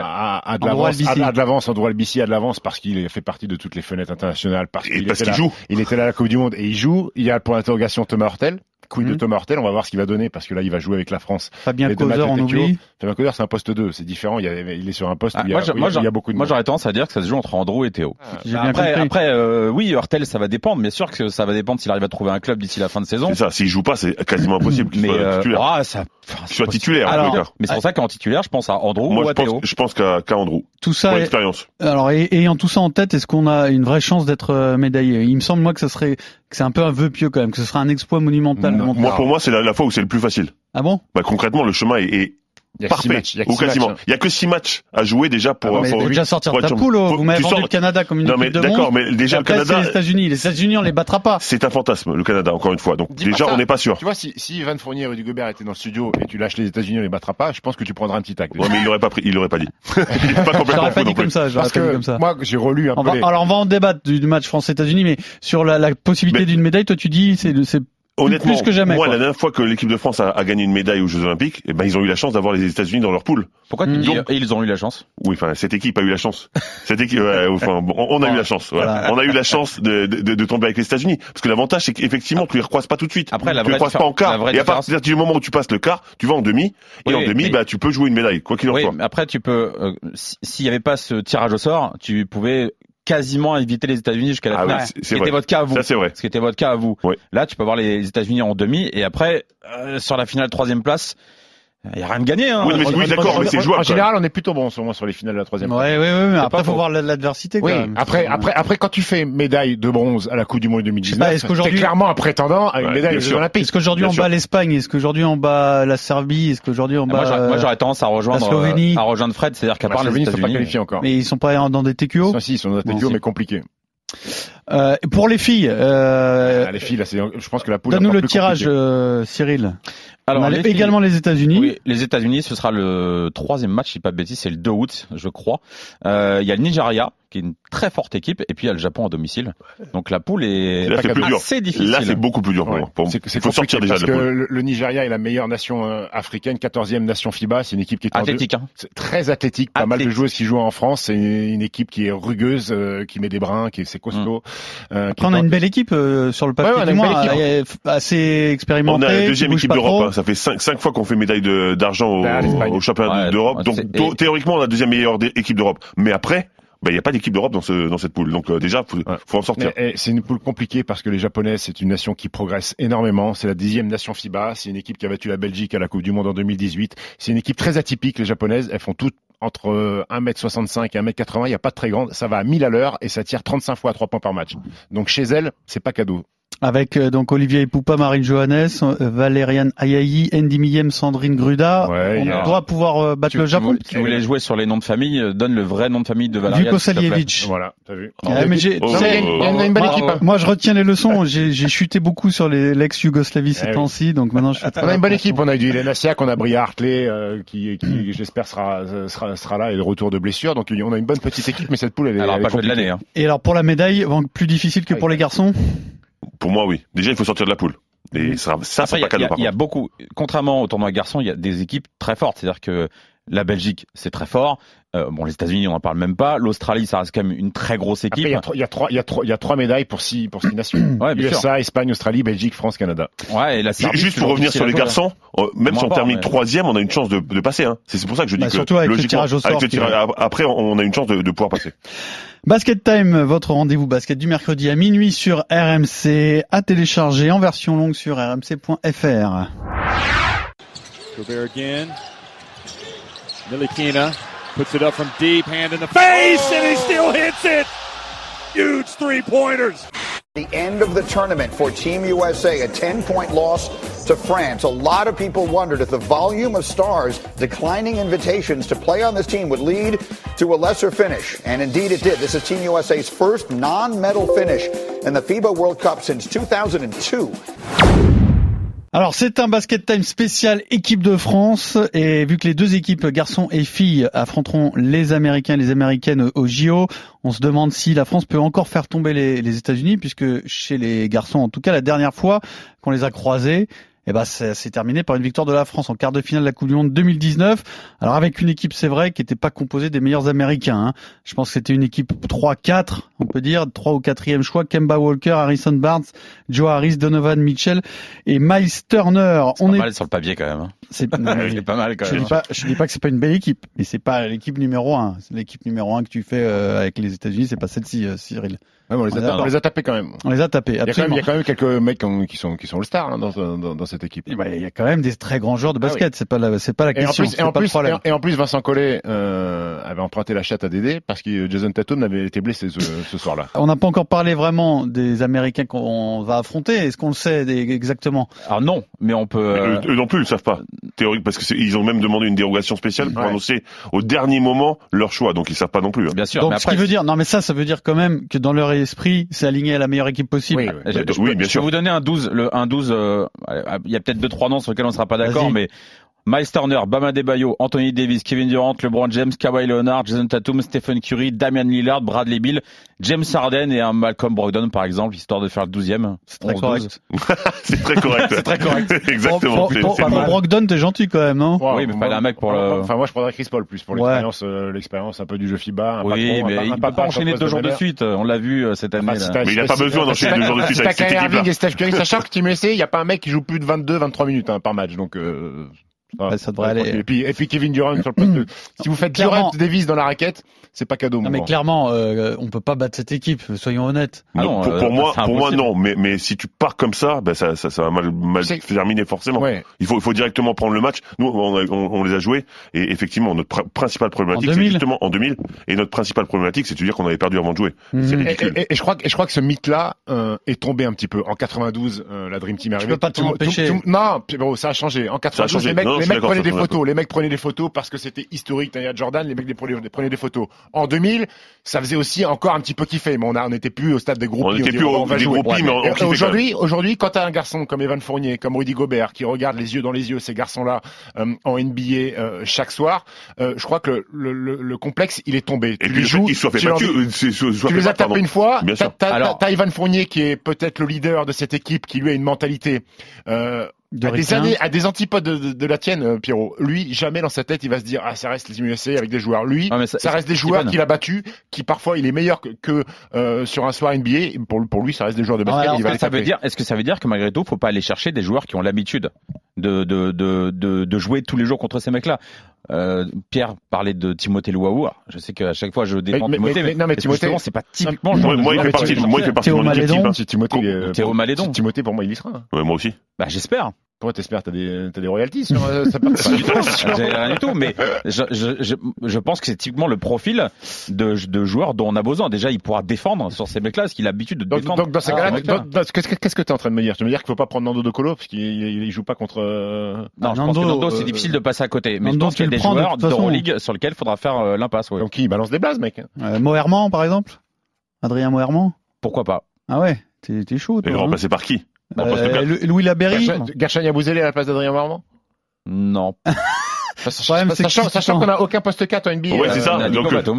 Speaker 7: a, a de
Speaker 6: Andrew
Speaker 7: l'avance,
Speaker 6: Albici.
Speaker 7: a, de- a de l'avance, Andrew Albici a de l'avance parce qu'il est- fait partie de toutes les fenêtres internationales, parce
Speaker 8: Et
Speaker 7: qu'il
Speaker 8: parce
Speaker 7: était,
Speaker 8: qu'il
Speaker 7: là-
Speaker 8: joue.
Speaker 7: il était là à la Coupe du Monde et il joue. Il y a le point d'interrogation Thomas Hurtel. Quid de
Speaker 6: Mhm.
Speaker 7: Thomas Hurtel, on va voir ce qu'il va donner parce que là, il va jouer avec la France.
Speaker 6: Fabien
Speaker 7: les deux matchs
Speaker 6: Causeur
Speaker 7: de
Speaker 6: on
Speaker 7: Tokyo.
Speaker 6: oublie.
Speaker 7: Fabien Coder, c'est un poste 2, c'est différent. Il, y a- il est sur un poste
Speaker 10: Ah,
Speaker 7: où il y a,
Speaker 10: moi, je-
Speaker 7: où il y a-
Speaker 10: moi,
Speaker 7: où
Speaker 10: je-
Speaker 7: il y a beaucoup de
Speaker 10: Moi,
Speaker 7: monde.
Speaker 10: j'aurais tendance à dire que ça se joue entre Andrew et Théo.
Speaker 6: J'ai bien
Speaker 10: après,
Speaker 6: compris.
Speaker 10: après euh, oui, Hurtel, ça va dépendre, mais sûr que ça va dépendre s'il arrive à trouver un club d'ici la fin de saison.
Speaker 8: C'est ça. S'il joue pas, c'est quasiment impossible qu'il
Speaker 10: Mais
Speaker 8: soit
Speaker 10: euh,
Speaker 8: titulaire.
Speaker 10: ah, ça, enfin,
Speaker 8: Qu'il soit
Speaker 10: c'est
Speaker 8: titulaire,
Speaker 10: possible.
Speaker 8: en
Speaker 10: Alors,
Speaker 8: tout cas.
Speaker 6: Ah,
Speaker 10: mais c'est pour ça qu'en titulaire, je pense à Andrew ou
Speaker 8: Moi,
Speaker 10: à
Speaker 8: je
Speaker 10: Théo.
Speaker 8: pense, je pense qu'à qu'à Andrew.
Speaker 6: Tout
Speaker 8: Pour
Speaker 6: ça est-
Speaker 8: l'expérience.
Speaker 6: Alors, et- ayant tout ça en tête, est-ce qu'on a une vraie chance d'être euh, médaillé Il me semble moi que ça serait, que c'est un peu un vœu pieux quand même, que ce serait un exploit monumental. de
Speaker 7: Non.
Speaker 6: monter.
Speaker 8: Moi, pour moi, c'est la, la fois où c'est le plus facile.
Speaker 6: Ah bon
Speaker 8: Bah, concrètement, le chemin est, est
Speaker 7: Il y a six
Speaker 8: parfait.
Speaker 7: matchs, il y a que
Speaker 8: Ou
Speaker 7: six
Speaker 8: quasiment.
Speaker 7: matchs, hein.
Speaker 8: Il y a que six matchs à jouer déjà pour,
Speaker 6: Ah, mais
Speaker 8: pour-
Speaker 6: faut déjà sortir
Speaker 8: pour
Speaker 6: de ta
Speaker 8: être-
Speaker 6: poule. oh,
Speaker 8: faut-
Speaker 6: Vous m'avez
Speaker 8: tu
Speaker 6: vendu
Speaker 8: sors-
Speaker 6: le Canada comme une
Speaker 8: Non,
Speaker 6: équipe
Speaker 8: mais
Speaker 6: de
Speaker 8: d'accord,
Speaker 6: monde.
Speaker 8: mais déjà, le
Speaker 6: Après,
Speaker 8: Canada,
Speaker 6: c'est les États-Unis. Les États-Unis, on les battra pas.
Speaker 8: c'est un fantasme, le Canada, encore une fois. Donc,
Speaker 7: Dis pas
Speaker 8: déjà,
Speaker 7: ça.
Speaker 8: on n'est pas sûr.
Speaker 6: <laughs>
Speaker 7: Tu vois, si, si Van Fournier et Rudy Gobert étaient dans le studio et tu lâches les États-Unis, on les battra pas, je pense que tu prendras un petit tac.
Speaker 8: Ouais, mais il l'aurait pas pris, il l'aurait pas dit. il est pas
Speaker 6: Je
Speaker 8: complètement
Speaker 6: l'aurais
Speaker 8: fou
Speaker 6: pas
Speaker 8: non plus.
Speaker 6: dit comme ça. je l'aurais
Speaker 7: Parce
Speaker 6: pas dit
Speaker 7: que
Speaker 6: comme ça.
Speaker 7: moi, j'ai relu un
Speaker 6: On
Speaker 7: peu
Speaker 6: va-
Speaker 7: les...
Speaker 6: alors on va en débattre du, du match France-États-Unis, mais sur la, la possibilité
Speaker 8: Mais-
Speaker 6: d'une médaille, toi tu dis c'est le- c'est
Speaker 8: Honnêtement,
Speaker 6: plus que jamais,
Speaker 8: moi,
Speaker 6: quoi.
Speaker 8: la dernière fois que l'équipe de France a, a gagné une médaille aux Jeux Olympiques, eh ben, ils ont eu la chance d'avoir les États-Unis dans leur poule.
Speaker 10: Pourquoi tu
Speaker 6: Mm.
Speaker 10: dis
Speaker 8: Donc-
Speaker 10: et ils ont eu la chance
Speaker 8: Oui, enfin, cette équipe a eu la chance. Cette équipe,
Speaker 10: <laughs>
Speaker 8: ouais, enfin, bon, on on a eu la chance. voilà.
Speaker 6: Voilà.
Speaker 8: On a eu la chance de, de, de tomber avec les États-Unis, parce que l'avantage, c'est qu'effectivement, tu les recroises pas tout de suite.
Speaker 10: Après, la
Speaker 8: tu les
Speaker 10: vraie
Speaker 8: croises
Speaker 10: diffé-
Speaker 8: pas en
Speaker 10: la
Speaker 8: quart.
Speaker 10: vraie
Speaker 8: Et à
Speaker 10: différence-
Speaker 8: partir du moment où tu passes le quart, tu vas en demi. Et
Speaker 10: Oui,
Speaker 8: en demi,
Speaker 10: mais-
Speaker 8: bah, tu peux jouer une médaille, quoi qu'il en
Speaker 10: Oui,
Speaker 8: soit.
Speaker 10: mais après tu peux. euh, si- S'il n'y avait pas ce tirage au sort, tu pouvais quasiment éviter les États-Unis jusqu'à la
Speaker 8: Ah oui,
Speaker 10: finale.
Speaker 8: c'est-
Speaker 10: Ce
Speaker 8: c'est
Speaker 10: qui était
Speaker 8: vrai.
Speaker 10: votre cas à vous.
Speaker 8: Ça, c'est vrai.
Speaker 10: Ce qui était votre cas à vous.
Speaker 8: Oui.
Speaker 10: Là, tu peux avoir les États-Unis en demi et après euh, sur la finale troisième place, il y a rien de gagné. Hein.
Speaker 8: Oui, mais- oui, d'accord, mais c'est jouable,
Speaker 7: En
Speaker 8: quand
Speaker 7: général, on est plutôt bon en ce moment sur les finales de la
Speaker 6: Ouais,
Speaker 7: troisième.
Speaker 6: ouais, ouais. Mais
Speaker 10: pas
Speaker 6: après, faut
Speaker 10: faux.
Speaker 6: voir la- l'adversité.
Speaker 7: Oui,
Speaker 6: quand même.
Speaker 7: après, après, après, quand tu fais médaille de bronze à la Coupe du Monde
Speaker 6: Je sais
Speaker 7: 2019,
Speaker 6: pas, est-ce qu'aujourd'hui-
Speaker 7: t'es clairement un prétendant à une
Speaker 8: Ouais,
Speaker 7: médaille
Speaker 8: bien
Speaker 7: aux Jeux
Speaker 8: sûr.
Speaker 7: Olympiques.
Speaker 6: Est-ce qu'aujourd'hui
Speaker 8: Bien
Speaker 6: on
Speaker 8: sûr.
Speaker 6: bat l'Espagne Est-ce qu'aujourd'hui on bat la Serbie Est-ce qu'aujourd'hui on
Speaker 10: Ah, moi,
Speaker 6: bat euh,
Speaker 10: j'aurais- moi, j'aurais tendance à rejoindre,
Speaker 6: la Slovénie.
Speaker 10: euh, à rejoindre Fred, c'est-à-dire qu'à
Speaker 7: Bah,
Speaker 10: part
Speaker 7: les
Speaker 10: les
Speaker 7: États-Unis sont pas
Speaker 10: États-Unis.
Speaker 7: qualifiés
Speaker 8: hein.
Speaker 7: encore.
Speaker 6: Mais ils sont pas dans des TQO.
Speaker 7: Ah, Si, si, ils sont dans la
Speaker 6: Non,
Speaker 7: TQO,
Speaker 6: si.
Speaker 7: mais compliqué.
Speaker 6: Euh, pour les filles, euh,
Speaker 7: Ah, les filles, là, c'est, je pense que la poule. est
Speaker 6: donne-nous
Speaker 7: encore
Speaker 6: le
Speaker 7: plus
Speaker 6: tirage,
Speaker 7: compliquée.
Speaker 6: euh, Cyril.
Speaker 10: Alors
Speaker 6: on a
Speaker 10: les filles-
Speaker 6: également les États-Unis.
Speaker 10: Oui, les États-Unis, ce sera le troisième match, si je dis pas de bêtises, c'est le 2 août, je crois. Euh, Il y a le Nigeria, qui est une très forte équipe, et puis il y a le Japon à domicile. Donc la poule est
Speaker 8: Là, c'est plus dur.
Speaker 10: assez difficile.
Speaker 8: Là, c'est beaucoup plus dur pour
Speaker 7: Ouais.
Speaker 8: moi. Pour-
Speaker 7: C'est- c'est
Speaker 8: faut sortir
Speaker 7: compliqué
Speaker 8: déjà
Speaker 7: parce
Speaker 8: de la
Speaker 7: que
Speaker 8: poule.
Speaker 7: le, le Nigeria est la meilleure nation euh, africaine, 14e nation FIBA. C'est une équipe qui est en deux-
Speaker 10: athlétique. Hein.
Speaker 7: C'est très athlétique, pas mal de
Speaker 10: Athlétique.
Speaker 7: joueuses qui jouent en France. C'est une équipe qui est rugueuse, euh, qui met des brins, qui est c'est costaud. euh, qui
Speaker 6: Hmm. Après, on a
Speaker 7: est-
Speaker 6: une belle équipe euh, sur le papier,
Speaker 7: Ouais, ouais, on a
Speaker 6: du
Speaker 7: une
Speaker 6: moins,
Speaker 7: belle équipe.
Speaker 6: euh, assez
Speaker 8: On
Speaker 6: expérimentée.
Speaker 8: a la
Speaker 6: qui
Speaker 8: deuxième
Speaker 6: bouge
Speaker 8: équipe
Speaker 6: pas
Speaker 8: d'Europe.
Speaker 6: trop.
Speaker 8: hein. Ça fait cinq, cinq fois qu'on fait médaille de- d'argent au,
Speaker 7: Bah, l'Espagne.
Speaker 8: au championnat
Speaker 10: Ah, Ouais,
Speaker 8: d'Europe.
Speaker 10: ouais,
Speaker 8: Donc
Speaker 10: c'est-
Speaker 8: théo-
Speaker 10: et-
Speaker 8: théoriquement, on a la deuxième meilleure dé- équipe d'Europe. Mais après, bah, il n'y a pas d'équipe d'Europe dans, ce, dans cette poule. Donc euh, déjà, faut, faut en sortir.
Speaker 7: Mais, eh, c'est une poule compliquée parce que les Japonaises, c'est une nation qui progresse énormément. C'est la dixième nation FIBA. C'est une équipe qui a battu la Belgique à la Coupe du Monde en 2018. C'est une équipe très atypique, les Japonaises. Elles font toutes entre euh, 1m65 et 1m80. Il n'y a pas de très grande. Ça va à 1000 à l'heure et ça tire 35 fois à 3 points par match. Donc chez elles, c'est pas cadeau.
Speaker 6: Avec euh, donc Olivier Poupa, Marine Johannes, euh, Valériane Ayayi, Andy Millem, Sandrine Gruda.
Speaker 7: Ouais, il y
Speaker 6: on
Speaker 7: a-
Speaker 6: doit pouvoir euh, battre
Speaker 10: Tu,
Speaker 6: le
Speaker 10: tu
Speaker 6: Japon.
Speaker 10: vou-
Speaker 8: Eh
Speaker 10: tu voulais jouer sur les noms de famille, euh, donne le vrai nom de famille de Valeria.
Speaker 6: Vuko
Speaker 10: s'il te plaît.
Speaker 6: Saljevic.
Speaker 7: Voilà, t'as vu.
Speaker 6: Ah, mais j'ai-
Speaker 8: Oh,
Speaker 6: tu
Speaker 7: Non, mais
Speaker 6: sais,
Speaker 7: il y a une- il y a une-
Speaker 10: oh,
Speaker 7: une belle
Speaker 10: bravo.
Speaker 7: équipe. hein.
Speaker 6: Moi, je retiens les leçons. J'ai j'ai chuté beaucoup sur les- l'ex-Yougoslavie ces
Speaker 7: Eh oui.
Speaker 6: temps-ci, donc maintenant je suis très
Speaker 7: On a une bonne
Speaker 6: attention.
Speaker 7: équipe. On a du Elena Siak, on a Bria Hartley, euh, qui, qui j'espère sera, sera, sera là et le retour de blessure. Donc on a une bonne petite équipe, mais cette poule, elle est.
Speaker 10: Alors,
Speaker 7: elle est
Speaker 10: pas joué de
Speaker 7: compliquée.
Speaker 10: l'année. Hein.
Speaker 6: Et alors pour la médaille, donc, plus difficile que pour les garçons.
Speaker 8: Pour moi, oui. Déjà, il faut sortir de la poule. Et ça, ça
Speaker 10: Après,
Speaker 8: c'est
Speaker 10: il y,
Speaker 8: pas
Speaker 10: a- il y
Speaker 8: cadeau,
Speaker 10: a-
Speaker 8: par
Speaker 10: il y a
Speaker 8: contre.
Speaker 10: beaucoup, contrairement au tournoi garçon, il y a des équipes très fortes. C'est-à-dire que La Belgique, c'est très fort. Euh, bon, les États-Unis, on n'en parle même pas. L'Australie, ça reste quand même une très grosse
Speaker 7: Après, il y
Speaker 10: équipe.
Speaker 7: a trois- il y a trois- il y a trois- il y a trois médailles pour six, pour six nations.
Speaker 10: <clears throat> Ouais, bien
Speaker 7: USA, Espagne, Australie, Belgique, France, Canada.
Speaker 10: Ouais, et la Serbie,
Speaker 8: Juste
Speaker 10: tu
Speaker 8: pour
Speaker 10: leur
Speaker 8: revenir
Speaker 10: dis,
Speaker 8: sur les
Speaker 10: c'est la hein. chose,
Speaker 8: garçons, euh, même
Speaker 10: Moins
Speaker 8: si on
Speaker 10: fort,
Speaker 8: termine
Speaker 10: mais-
Speaker 8: troisième, on a une chance de, de passer. Hein. C'est c'est pour ça que je dis
Speaker 6: Bah,
Speaker 8: que
Speaker 6: surtout avec le
Speaker 8: logiquement,
Speaker 6: tirage au sort
Speaker 8: avec le
Speaker 6: qui
Speaker 8: tirage- après, on a une chance de, de pouvoir passer.
Speaker 6: Basket Time, votre rendez-vous basket du mercredi à minuit sur RMC, à télécharger en version longue sur rmc.fr.
Speaker 1: Gobert again. Nilikina puts it up from deep, hand in the face, and he still hits it. Huge three pointers.
Speaker 5: The end of the tournament for Team USA, a 10 point loss to France. A lot of people wondered if the volume of stars declining invitations to play on this team would lead to a lesser finish. And indeed it did. This is Team USA's first non medal finish in the FIBA World Cup since 2002.
Speaker 6: Alors c'est un basket time spécial équipe de France et vu que les deux équipes garçons et filles affronteront les Américains et les Américaines au JO, on se demande si la France peut encore faire tomber les, les États-Unis puisque chez les garçons en tout cas la dernière fois qu'on les a croisés, eh ben c'est c'est terminé par une victoire de la France en quart de finale de la Coupe du Monde 2019. Alors avec une équipe c'est vrai qui n'était pas composée des meilleurs Américains. hein. Je pense que c'était une équipe 3-4 on peut dire, 3 ou 4e choix, Kemba Walker, Harrison Barnes, Joe Harris, Donovan Mitchell et Miles Turner. On
Speaker 10: Pas
Speaker 6: est,
Speaker 10: mal sur le papier quand même. hein. <laughs>
Speaker 6: c'est- non, mais
Speaker 10: C'est pas mal quand
Speaker 6: je
Speaker 10: même.
Speaker 6: dis pas, je dis pas que c'est pas une belle équipe, mais c'est pas l'équipe numéro un. C'est l'équipe numéro un que tu fais euh, avec les États-Unis, c'est pas celle-ci, euh, Cyril.
Speaker 7: Ouais, mais on, les
Speaker 6: On est
Speaker 7: a,
Speaker 6: d'accord.
Speaker 7: on les a tapés quand même.
Speaker 6: On les a tapés,
Speaker 7: Il y, a quand même,
Speaker 6: absolument.
Speaker 7: il y a quand même quelques mecs qui ont- qui sont qui sont le star hein, dans, dans, dans cette équipe.
Speaker 6: Eh ben, Il y a quand même des très grands joueurs de
Speaker 7: Ah oui.
Speaker 6: basket. C'est pas la, c'est pas la
Speaker 7: Et en
Speaker 6: question.
Speaker 7: plus,
Speaker 6: C'est
Speaker 7: et en
Speaker 6: pas le
Speaker 7: plus,
Speaker 6: problème.
Speaker 7: et en plus, Vincent Collet euh, avait emprunté la chatte à Dédé parce que Jason Tatum avait été blessé ce, ce soir-là.
Speaker 6: On n'a pas encore parlé vraiment des Américains qu'on va affronter. Est-ce qu'on le sait des- exactement
Speaker 10: Alors non, mais on peut.
Speaker 8: Mais
Speaker 10: euh,
Speaker 8: Eux, eux non plus, ils le savent pas. Théorique, parce que c'est- ils ont même demandé une dérogation spéciale pour
Speaker 7: Ouais.
Speaker 8: annoncer au dernier moment leur choix. Donc ils savent pas non
Speaker 10: <laughs>
Speaker 8: plus. hein.
Speaker 10: Bien sûr.
Speaker 6: Donc,
Speaker 10: mais
Speaker 6: ce qui
Speaker 10: après,
Speaker 6: veut dire, non, mais ça, ça veut dire quand même que dans leur esprit, c'est aligné à la meilleure équipe possible.
Speaker 7: Oui, oui.
Speaker 10: Je,
Speaker 8: Bah,
Speaker 10: je
Speaker 8: oui,
Speaker 10: peux,
Speaker 8: bien
Speaker 10: je
Speaker 8: sûr.
Speaker 10: peux vous donner un 12. Le, un 12 euh, il y a peut-être deux trois noms sur lesquels on ne sera pas d'accord,
Speaker 6: Vas-y.
Speaker 10: mais Miles Turner, Bama Debayo, Anthony Davis, Kevin Durant, LeBron James, Kawhi Leonard, Jason Tatum, Stephen Curry, Damian Lillard, Bradley Bill, James Harden et un Malcolm Brogdon par exemple, histoire de faire le 12e.
Speaker 6: C'est très
Speaker 10: 11-12.
Speaker 6: correct.
Speaker 8: C'est très correct.
Speaker 10: C'est très correct.
Speaker 8: <laughs> Exactement.
Speaker 6: Pour,
Speaker 8: C'est-
Speaker 6: pour,
Speaker 8: c'est-
Speaker 6: pour Brogdon, t'es gentil quand même, non
Speaker 10: Oui, mais
Speaker 7: Wow.
Speaker 10: fallait un mec pour le-
Speaker 7: Enfin, moi, je prendrais Chris Paul plus pour
Speaker 6: Ouais.
Speaker 7: l'expérience, euh, l'expérience un peu du jeu FIBA. Un
Speaker 10: Oui,
Speaker 7: patron,
Speaker 10: mais
Speaker 7: un,
Speaker 10: il
Speaker 7: un
Speaker 10: peut
Speaker 7: papa,
Speaker 10: pas
Speaker 7: un
Speaker 10: enchaîner
Speaker 7: papa
Speaker 10: deux jours de
Speaker 7: poste
Speaker 10: suite. On l'a vu euh,
Speaker 8: Ah,
Speaker 6: Ah,
Speaker 10: cette année.
Speaker 7: Enfin,
Speaker 10: là.
Speaker 7: si t'as-
Speaker 8: Mais il a
Speaker 7: si
Speaker 8: pas
Speaker 7: t'as-
Speaker 8: besoin
Speaker 7: si
Speaker 8: d'enchaîner
Speaker 7: t'as-
Speaker 8: deux jours de
Speaker 7: si
Speaker 8: suite
Speaker 7: t'as
Speaker 8: avec cette
Speaker 7: Kyrie
Speaker 8: équipe-là.
Speaker 7: Irving et Steph Curry, sachant que Team USA, il n'y a pas un mec qui joue plus de 22, 23 minutes hein, par match. Donc, euh,
Speaker 6: Ouais, ça devrait aller.
Speaker 7: Et puis, et puis Kevin Durant sur le poste. deux. Si vous faites
Speaker 6: Clairement.
Speaker 7: Durant Davis dans la raquette, c'est pas cadeau.
Speaker 6: Non,
Speaker 7: mon
Speaker 6: mais
Speaker 7: grand.
Speaker 6: clairement, euh, on peut pas battre cette équipe, soyons honnêtes.
Speaker 10: Ah
Speaker 8: Non,
Speaker 10: non,
Speaker 8: pour,
Speaker 10: euh,
Speaker 8: pour moi,
Speaker 10: c'est
Speaker 8: pour moi
Speaker 10: impossible.
Speaker 8: non. Mais, mais si tu pars comme ça, ben ça, ça, ça va mal, mal
Speaker 7: C'est-
Speaker 8: terminer forcément.
Speaker 7: Ouais.
Speaker 8: Il faut, il faut directement prendre le match. Nous, on, a- on- on les a joués et effectivement, notre pr- principale problématique,
Speaker 6: En
Speaker 8: c'est
Speaker 6: 2000.
Speaker 8: justement en 2000. Et notre principale problématique, c'est de dire qu'on avait perdu avant de jouer. C'est
Speaker 6: Mhm.
Speaker 7: Et,
Speaker 8: ridicule.
Speaker 7: et- et- et je crois que et je crois que ce mythe-là euh, est tombé un petit peu en 92 euh, la Dream Team est arrivée.
Speaker 6: peux pas t'en
Speaker 7: Tout- tout-
Speaker 6: empêcher.
Speaker 7: tout- non, puis bon, ça a changé. En 92
Speaker 8: changé.
Speaker 7: les mecs,
Speaker 8: Non, non,
Speaker 7: les
Speaker 8: je suis
Speaker 7: mecs
Speaker 8: d'accord,
Speaker 7: prenaient
Speaker 8: ça
Speaker 7: des
Speaker 8: change un peu.
Speaker 7: photos, les mecs prenaient des photos parce que c'était historique, Tanya Jordan, les mecs les prenaient, les prenaient des photos. En 2000, ça faisait aussi encore un petit peu kiffer, mais on a on n'était plus au stade des groupies.
Speaker 8: On n'était
Speaker 7: dit,
Speaker 8: plus
Speaker 7: va
Speaker 8: au- des
Speaker 7: jouer.
Speaker 8: groupies, mais on- on
Speaker 7: Et- et
Speaker 8: kiffait quand
Speaker 7: Aujourd'hui, aujourd'hui, quand t'as un garçon comme Evan Fournier, comme Rudy Gobert, qui regarde les yeux dans les yeux ces garçons-là euh, en NBA euh, chaque soir, euh, je crois que le, le, le- le complexe il est
Speaker 8: Et
Speaker 7: tombé. Tu
Speaker 8: puis
Speaker 7: les
Speaker 8: le fait
Speaker 7: joues,
Speaker 8: qu'ils se soient fait
Speaker 7: tu leur
Speaker 8: battre,
Speaker 7: dis-
Speaker 8: euh, c'est- se soient
Speaker 7: tu
Speaker 8: fait
Speaker 7: les as
Speaker 8: battre, pardon.
Speaker 7: tapés une fois.
Speaker 8: Bien
Speaker 7: t'as-
Speaker 8: sûr.
Speaker 7: t'as- t'as-
Speaker 10: Alors-
Speaker 7: T'as Ivan Fournier qui est peut-être le leader de cette équipe, qui lui a une mentalité euh,
Speaker 6: De
Speaker 7: à des,
Speaker 6: Ricain.
Speaker 7: années, à des antipodes de, de- de la tienne, euh, Pierrot. Lui, jamais dans sa tête, il va se dire ah ça reste les USA avec des joueurs. Lui,
Speaker 10: Ah, mais
Speaker 7: ça,
Speaker 10: ça-
Speaker 7: reste des
Speaker 10: Steven.
Speaker 7: joueurs qu'il a battus, qui parfois il est meilleur que, que, euh, sur un soir NBA. Et Pour, pour lui, ça reste des joueurs de
Speaker 10: Non,
Speaker 7: basket.
Speaker 10: alors,
Speaker 7: il va
Speaker 10: ça
Speaker 7: les
Speaker 10: veut
Speaker 7: taper.
Speaker 10: dire, est-ce que ça veut dire que malgré tout, faut pas aller chercher des joueurs qui ont l'habitude de, de, de, de, de jouer tous les jours contre ces mecs-là euh, Pierre parlait de Timothée Louaou. Alors, Je sais qu'à chaque fois je défends
Speaker 7: Mais- mais-
Speaker 10: Timothée,
Speaker 7: mais-
Speaker 10: mais,
Speaker 7: non, mais
Speaker 10: parce que
Speaker 7: Timothée-
Speaker 10: justement, c'est pas typiquement le genre
Speaker 8: Moi,
Speaker 10: de
Speaker 8: moi, il
Speaker 10: joueur
Speaker 8: fait
Speaker 10: que
Speaker 8: partie,
Speaker 10: je vais
Speaker 8: moi, il fait
Speaker 10: chercher.
Speaker 8: partie de
Speaker 6: Théo
Speaker 8: mon équipe.
Speaker 6: Malédon.
Speaker 8: hein.
Speaker 7: Si Timothée, il est-
Speaker 10: Théo Malédon.
Speaker 7: Si Timothée pour moi il y sera.
Speaker 8: Ouais, moi aussi.
Speaker 10: Bah, j'espère.
Speaker 7: Pourquoi t'espères t'as des t'as des royalties sur
Speaker 10: <laughs>
Speaker 7: euh, sa participation
Speaker 10: J'ai rien du tout, mais je, je, je, je pense que c'est typiquement le profil de, de joueur dont on a besoin. Déjà, il pourra défendre sur ces mecs-là, parce qu'il a l'habitude de
Speaker 7: Donc,
Speaker 10: défendre. Ah,
Speaker 7: donc, dans ces
Speaker 10: sur ces
Speaker 7: cas-là,
Speaker 10: mecs-là.
Speaker 7: dans- dans- qu'est-ce que qu'est-ce que t'es en train de me dire Tu veux me dire qu'il faut pas prendre Nando De Colo parce qu'il il- il joue pas contre. euh,
Speaker 10: non, je pense
Speaker 6: Nando,
Speaker 10: que Nando,
Speaker 6: euh,
Speaker 10: c'est difficile de passer à côté. Mais
Speaker 6: Nando,
Speaker 10: je pense qu'il y a
Speaker 6: tu
Speaker 10: des
Speaker 6: le prends, de
Speaker 10: joueurs
Speaker 6: toute façon.
Speaker 10: d'Euroleague sur lesquels il faudra faire euh, l'impasse. ouais.
Speaker 7: Donc il balance des blazes, mec.
Speaker 6: Euh, Moherman, par exemple Adrien Moherman
Speaker 10: Pourquoi pas
Speaker 6: Ah ouais, t'es t'es chaud,
Speaker 8: Et le
Speaker 6: toi. hein.
Speaker 10: Mhm.
Speaker 8: remplacer par qui
Speaker 6: Euh,
Speaker 8: remplace le
Speaker 6: Lou- Louis Laberry
Speaker 10: Bah,
Speaker 7: Gershon- Gershon Yabouzélé à la place d'Adrien Marmont.
Speaker 10: Non.
Speaker 6: problème, c'est que
Speaker 7: Sachant,
Speaker 6: si tu
Speaker 7: sachant
Speaker 6: prends-
Speaker 7: qu'on a aucun poste 4 en NBA.
Speaker 8: Ouais, c'est ça.
Speaker 10: on a
Speaker 8: donc,
Speaker 10: Nico
Speaker 8: euh,
Speaker 10: Batum.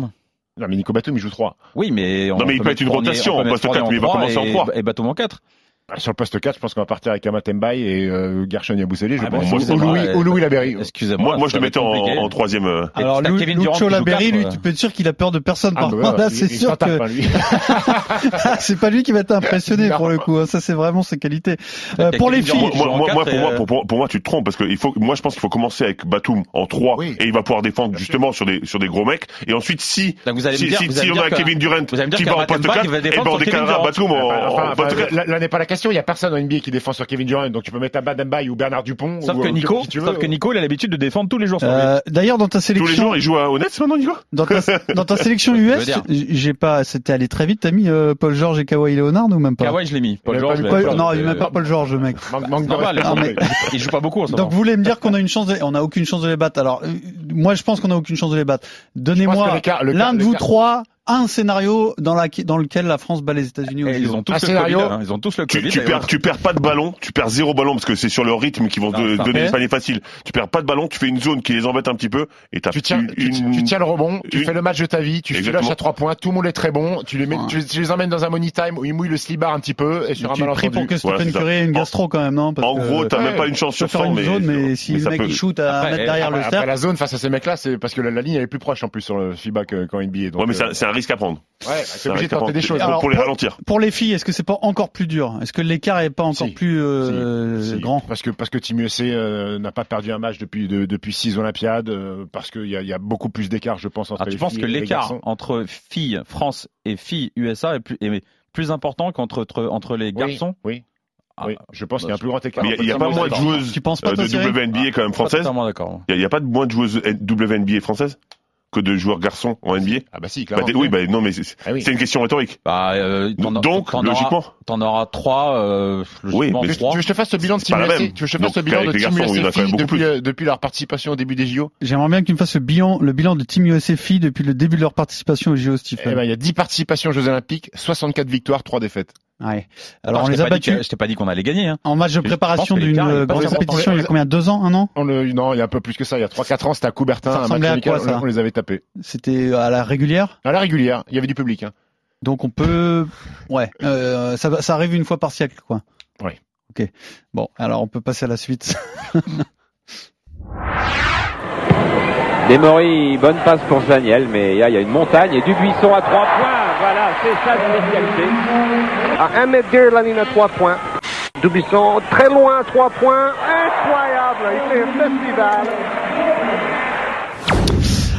Speaker 7: Non, mais Nico Batum, il joue 3.
Speaker 10: Oui, mais on
Speaker 8: Non, mais il peut
Speaker 10: mettre
Speaker 8: être une
Speaker 10: Fournier-
Speaker 8: rotation,
Speaker 10: on peut
Speaker 8: en
Speaker 10: mettre
Speaker 8: poste
Speaker 10: Fournier
Speaker 8: quatre, mais il va
Speaker 10: trois
Speaker 8: commencer en
Speaker 10: et-
Speaker 8: trois.
Speaker 10: Et Batum en 4.
Speaker 7: Bah, sur le poste 4, je pense qu'on va partir avec Amatembaï et euh, Gershon Yabusele, je
Speaker 10: Ah, bah,
Speaker 7: pense.
Speaker 10: moi,
Speaker 7: ou,
Speaker 10: c'est
Speaker 7: Louis,
Speaker 10: vrai.
Speaker 7: ou Louis Laberry.
Speaker 10: Excusez-moi.
Speaker 8: Euh, Moi, moi je
Speaker 10: ça
Speaker 8: le
Speaker 10: va
Speaker 8: mettais
Speaker 10: être
Speaker 8: en,
Speaker 10: compliqué.
Speaker 8: en troisième. euh,
Speaker 10: Alors,
Speaker 6: T'as
Speaker 10: Lou-
Speaker 6: Kevin
Speaker 10: Lucho
Speaker 6: Lucho Laberry,
Speaker 10: Laberry,
Speaker 6: lui,
Speaker 10: euh,
Speaker 6: tu peux être sûr qu'il a peur de personne
Speaker 7: Ah,
Speaker 6: par
Speaker 7: bah,
Speaker 6: contre.
Speaker 7: ouais,
Speaker 6: Là,
Speaker 7: il-
Speaker 6: c'est
Speaker 7: il
Speaker 6: sûr
Speaker 7: s'en tape,
Speaker 6: que
Speaker 10: <laughs>
Speaker 7: hein, lui.
Speaker 6: <laughs> c'est pas lui qui va être impressionné
Speaker 7: Non.
Speaker 6: pour le coup. hein. Ça, c'est vraiment ses qualités. Euh,
Speaker 10: T'as
Speaker 6: pour les
Speaker 10: Kevin
Speaker 6: filles,
Speaker 8: Moi, moi,
Speaker 10: Durant- Laurent
Speaker 8: moi,
Speaker 10: Quatre
Speaker 8: moi, pour,
Speaker 10: et,
Speaker 8: moi,
Speaker 10: euh,
Speaker 8: pour, pour- pour moi, tu te trompes parce que il faut, moi, je pense qu'il faut commencer avec Batum en 3
Speaker 7: Oui.
Speaker 8: et il va pouvoir défendre justement sur des sur des gros mecs et ensuite si
Speaker 10: Donc, vous allez me
Speaker 8: si,
Speaker 10: dire-
Speaker 8: si,
Speaker 10: vous
Speaker 8: si
Speaker 10: allez
Speaker 8: on
Speaker 10: me
Speaker 8: a
Speaker 10: dire que-
Speaker 8: Kevin Durant
Speaker 10: vous allez me dire
Speaker 8: qui va en poste
Speaker 10: qu'Amateba
Speaker 8: 4
Speaker 10: qui va
Speaker 8: eh ben,
Speaker 10: défendre
Speaker 8: on
Speaker 10: sur Kevin
Speaker 8: décalera
Speaker 10: Durant.
Speaker 8: Batum en,
Speaker 7: Enfin, enfin,
Speaker 8: en poste
Speaker 7: enfin,
Speaker 8: 4.
Speaker 7: là là n'est pas la question, il y a personne en NBA qui défend sur Kevin Durant, donc tu peux mettre Abad Mbaye ou Bernard Dupont.
Speaker 10: Sauf
Speaker 7: ou,
Speaker 10: que
Speaker 7: euh,
Speaker 10: Nico,
Speaker 7: qui tu veux.
Speaker 10: sauf que Nico, il a l'habitude de défendre tous les jours. sur lui.
Speaker 6: euh, d'ailleurs, dans ta
Speaker 8: tous les
Speaker 6: sélection,
Speaker 8: jours il joue à Honnête maintenant Nico
Speaker 6: dans ta, dans
Speaker 10: <laughs>
Speaker 6: ta sélection
Speaker 10: Je veux
Speaker 6: US,
Speaker 10: dire.
Speaker 6: j'ai pas, c'était allé très vite. T'as mis euh, Paul George et Kawhi Leonard ou même pas
Speaker 10: Kawhi, Ah je l'ai mis. Paul euh,
Speaker 7: Il a
Speaker 10: George,
Speaker 7: pas
Speaker 10: je
Speaker 7: joué.
Speaker 10: l'ai
Speaker 6: Paul-
Speaker 10: mis.
Speaker 6: Non, il met pas Paul George, le mec.
Speaker 7: Manque, manque de
Speaker 10: Normal, hein.
Speaker 7: respect.
Speaker 10: non,
Speaker 7: Mais-
Speaker 10: mais il joue pas beaucoup en ce
Speaker 6: Donc
Speaker 10: moment.
Speaker 6: vous voulez me dire qu'on a une chance de... on a aucune chance de les battre. Alors euh, moi je pense qu'on a aucune chance de les battre.
Speaker 7: Je pense que
Speaker 6: Donnez-moi
Speaker 7: le quart- le
Speaker 6: l'un
Speaker 7: quart-
Speaker 6: de
Speaker 7: le
Speaker 6: vous
Speaker 7: quart-
Speaker 6: trois un scénario dans, la... dans lequel la France bat les États-Unis. au
Speaker 10: Et
Speaker 6: JO.
Speaker 10: ils ont tous
Speaker 7: Un
Speaker 10: le
Speaker 7: scénario.
Speaker 10: Covid. hein, Ils ont tous le
Speaker 8: tu,
Speaker 10: Covid.
Speaker 8: tu
Speaker 10: et
Speaker 8: perds tu perds pas de ballon tu perds zéro ballon parce que c'est sur leur rythme qu'ils vont
Speaker 10: Ah,
Speaker 8: te
Speaker 10: ça
Speaker 8: donner
Speaker 6: fait.
Speaker 8: les paniers faciles tu perds pas de ballon tu fais une zone qui les embête un petit peu et t'as
Speaker 7: Tu tiens,
Speaker 8: une-
Speaker 7: tu, tu- tu tiens le rebond, tu
Speaker 8: une-
Speaker 7: fais le match de ta vie, tu
Speaker 8: Exactement.
Speaker 7: filoches à trois points, tout le monde est très bon, tu les, mets, tu, tu les emmènes dans un money time où ils mouillent le slibard un petit peu et sur un
Speaker 6: tu pries
Speaker 7: malentendu.
Speaker 6: pour que
Speaker 8: Voilà,
Speaker 6: Stephen
Speaker 8: c'est ça.
Speaker 6: Curry ait une gastro quand même, non Parce
Speaker 8: en
Speaker 6: que,
Speaker 8: gros t'as
Speaker 7: ouais,
Speaker 8: même pas une chance
Speaker 6: tu peux
Speaker 8: sur 100
Speaker 6: faire une
Speaker 8: mais
Speaker 6: zone, mais si
Speaker 8: mais
Speaker 6: le
Speaker 8: ça
Speaker 6: mec
Speaker 8: peut-
Speaker 6: il shoot à
Speaker 10: Après,
Speaker 6: mettre derrière
Speaker 7: Après,
Speaker 6: le
Speaker 7: après,
Speaker 6: cercle.
Speaker 7: la zone face à ces mecs-là, c'est parce que la, la ligne elle est plus proche en plus sur le FIBA que- qu'en NBA. Donc,
Speaker 8: ouais mais c'est
Speaker 7: euh,
Speaker 8: un- c'est un risque à prendre
Speaker 7: ouais,
Speaker 8: C'est
Speaker 7: c'est
Speaker 8: un
Speaker 7: obligé
Speaker 8: risque
Speaker 7: de
Speaker 8: à
Speaker 7: tenter des choses.
Speaker 8: prendre.
Speaker 6: Alors,
Speaker 8: pour les
Speaker 6: pour-
Speaker 8: ralentir
Speaker 6: Pour les filles, est-ce que c'est pas encore plus dur Est-ce que l'écart est pas encore
Speaker 7: Si.
Speaker 6: plus euh,
Speaker 7: Si,
Speaker 6: grand
Speaker 7: Parce que parce que Team USA euh, n'a pas perdu un match depuis de- depuis six Olympiades, euh, parce qu'il y a, il y a beaucoup plus d'écart, je pense entre
Speaker 10: Alors, Ah,
Speaker 7: les
Speaker 10: tu penses
Speaker 7: filles
Speaker 10: que
Speaker 7: et les
Speaker 10: l'écart
Speaker 7: garçons.
Speaker 10: entre filles France et filles USA est plus, est plus important qu'entre entre, entre les
Speaker 7: Oui,
Speaker 10: garçons Bah,
Speaker 7: Oui.
Speaker 10: Ah,
Speaker 7: oui. Je pense
Speaker 10: bah,
Speaker 7: qu'il y a un plus grand écart.
Speaker 8: mais il y a- il y a
Speaker 10: Attends,
Speaker 8: pas
Speaker 10: mais
Speaker 8: moins de
Speaker 10: attends.
Speaker 8: joueuses
Speaker 6: Tu penses pas
Speaker 8: euh,
Speaker 6: toi,
Speaker 8: de
Speaker 6: Cyril
Speaker 8: WNBA quand même
Speaker 10: Pas
Speaker 8: françaises
Speaker 10: totalement d'accord.
Speaker 8: Il n'y a, pas de moins de joueuses euh, WNBA françaises que de joueurs garçons en NBA
Speaker 7: Ah bah si,
Speaker 8: Bah,
Speaker 7: clairement.
Speaker 8: t'es- Oui, bah, non, mais c'est
Speaker 7: Ah oui.
Speaker 8: c'est une question rhétorique.
Speaker 10: Bah, euh, t'en as-
Speaker 8: Donc,
Speaker 10: t'en auras-
Speaker 8: logiquement.
Speaker 10: t'en auras trois. euh, logiquement,
Speaker 8: mais-
Speaker 7: Tu veux, tu
Speaker 10: trois.
Speaker 7: veux que je te fasse le bilan de
Speaker 8: C'est
Speaker 7: Team
Speaker 8: pas la
Speaker 7: USA
Speaker 8: même.
Speaker 7: Tu veux que je te fasse
Speaker 8: Donc,
Speaker 7: le bilan de
Speaker 8: avec les
Speaker 7: Team
Speaker 8: garçons, il y en
Speaker 7: USA
Speaker 8: a quand même
Speaker 7: filles
Speaker 8: beaucoup
Speaker 7: depuis,
Speaker 8: plus.
Speaker 7: euh, depuis leur participation au début des JO
Speaker 6: J'aimerais bien que tu me fasses le bilan, le bilan de Team USA filles depuis le début de leur participation au JO,
Speaker 7: Eh
Speaker 6: Stephen.
Speaker 7: ben, il y a 10 participations aux Jeux Olympiques, 64 victoires, 3 défaites.
Speaker 6: Ouais. Alors
Speaker 10: Attends,
Speaker 6: on
Speaker 10: je
Speaker 6: les
Speaker 10: t'ai
Speaker 6: a
Speaker 10: pas dit que-
Speaker 6: battus
Speaker 10: Je t'ai pas dit qu'on allait gagner. Hein.
Speaker 6: en match de
Speaker 10: je pense
Speaker 6: préparation
Speaker 10: que
Speaker 6: d'une
Speaker 10: l'écart est
Speaker 6: euh,
Speaker 10: pas
Speaker 6: grande
Speaker 7: très-
Speaker 6: compétition. Il y a combien Deux ans Un an
Speaker 7: On le, non, il y a un peu plus que ça. Il y a 3-4 ans, c'était à Coubertin,
Speaker 6: Ça
Speaker 7: un match
Speaker 6: ressemblait à
Speaker 7: amical,
Speaker 6: quoi, ça
Speaker 7: on, on les avait tapés.
Speaker 6: C'était à la régulière.
Speaker 7: À la régulière, il y avait du public. Hein.
Speaker 6: Donc on peut, ouais, euh, ça, va- ça arrive une fois par siècle, quoi.
Speaker 7: Ouais.
Speaker 6: Ok. Bon, alors on peut passer à la suite. <laughs>
Speaker 11: Demory, bonne passe pour Daniel, mais là, il y a une montagne et du buisson à trois points. Voilà, c'est ça la spécialité. À 1 mètre de la ligne à trois points. Dubuisson très loin à trois points. Incroyable, il fait un festival.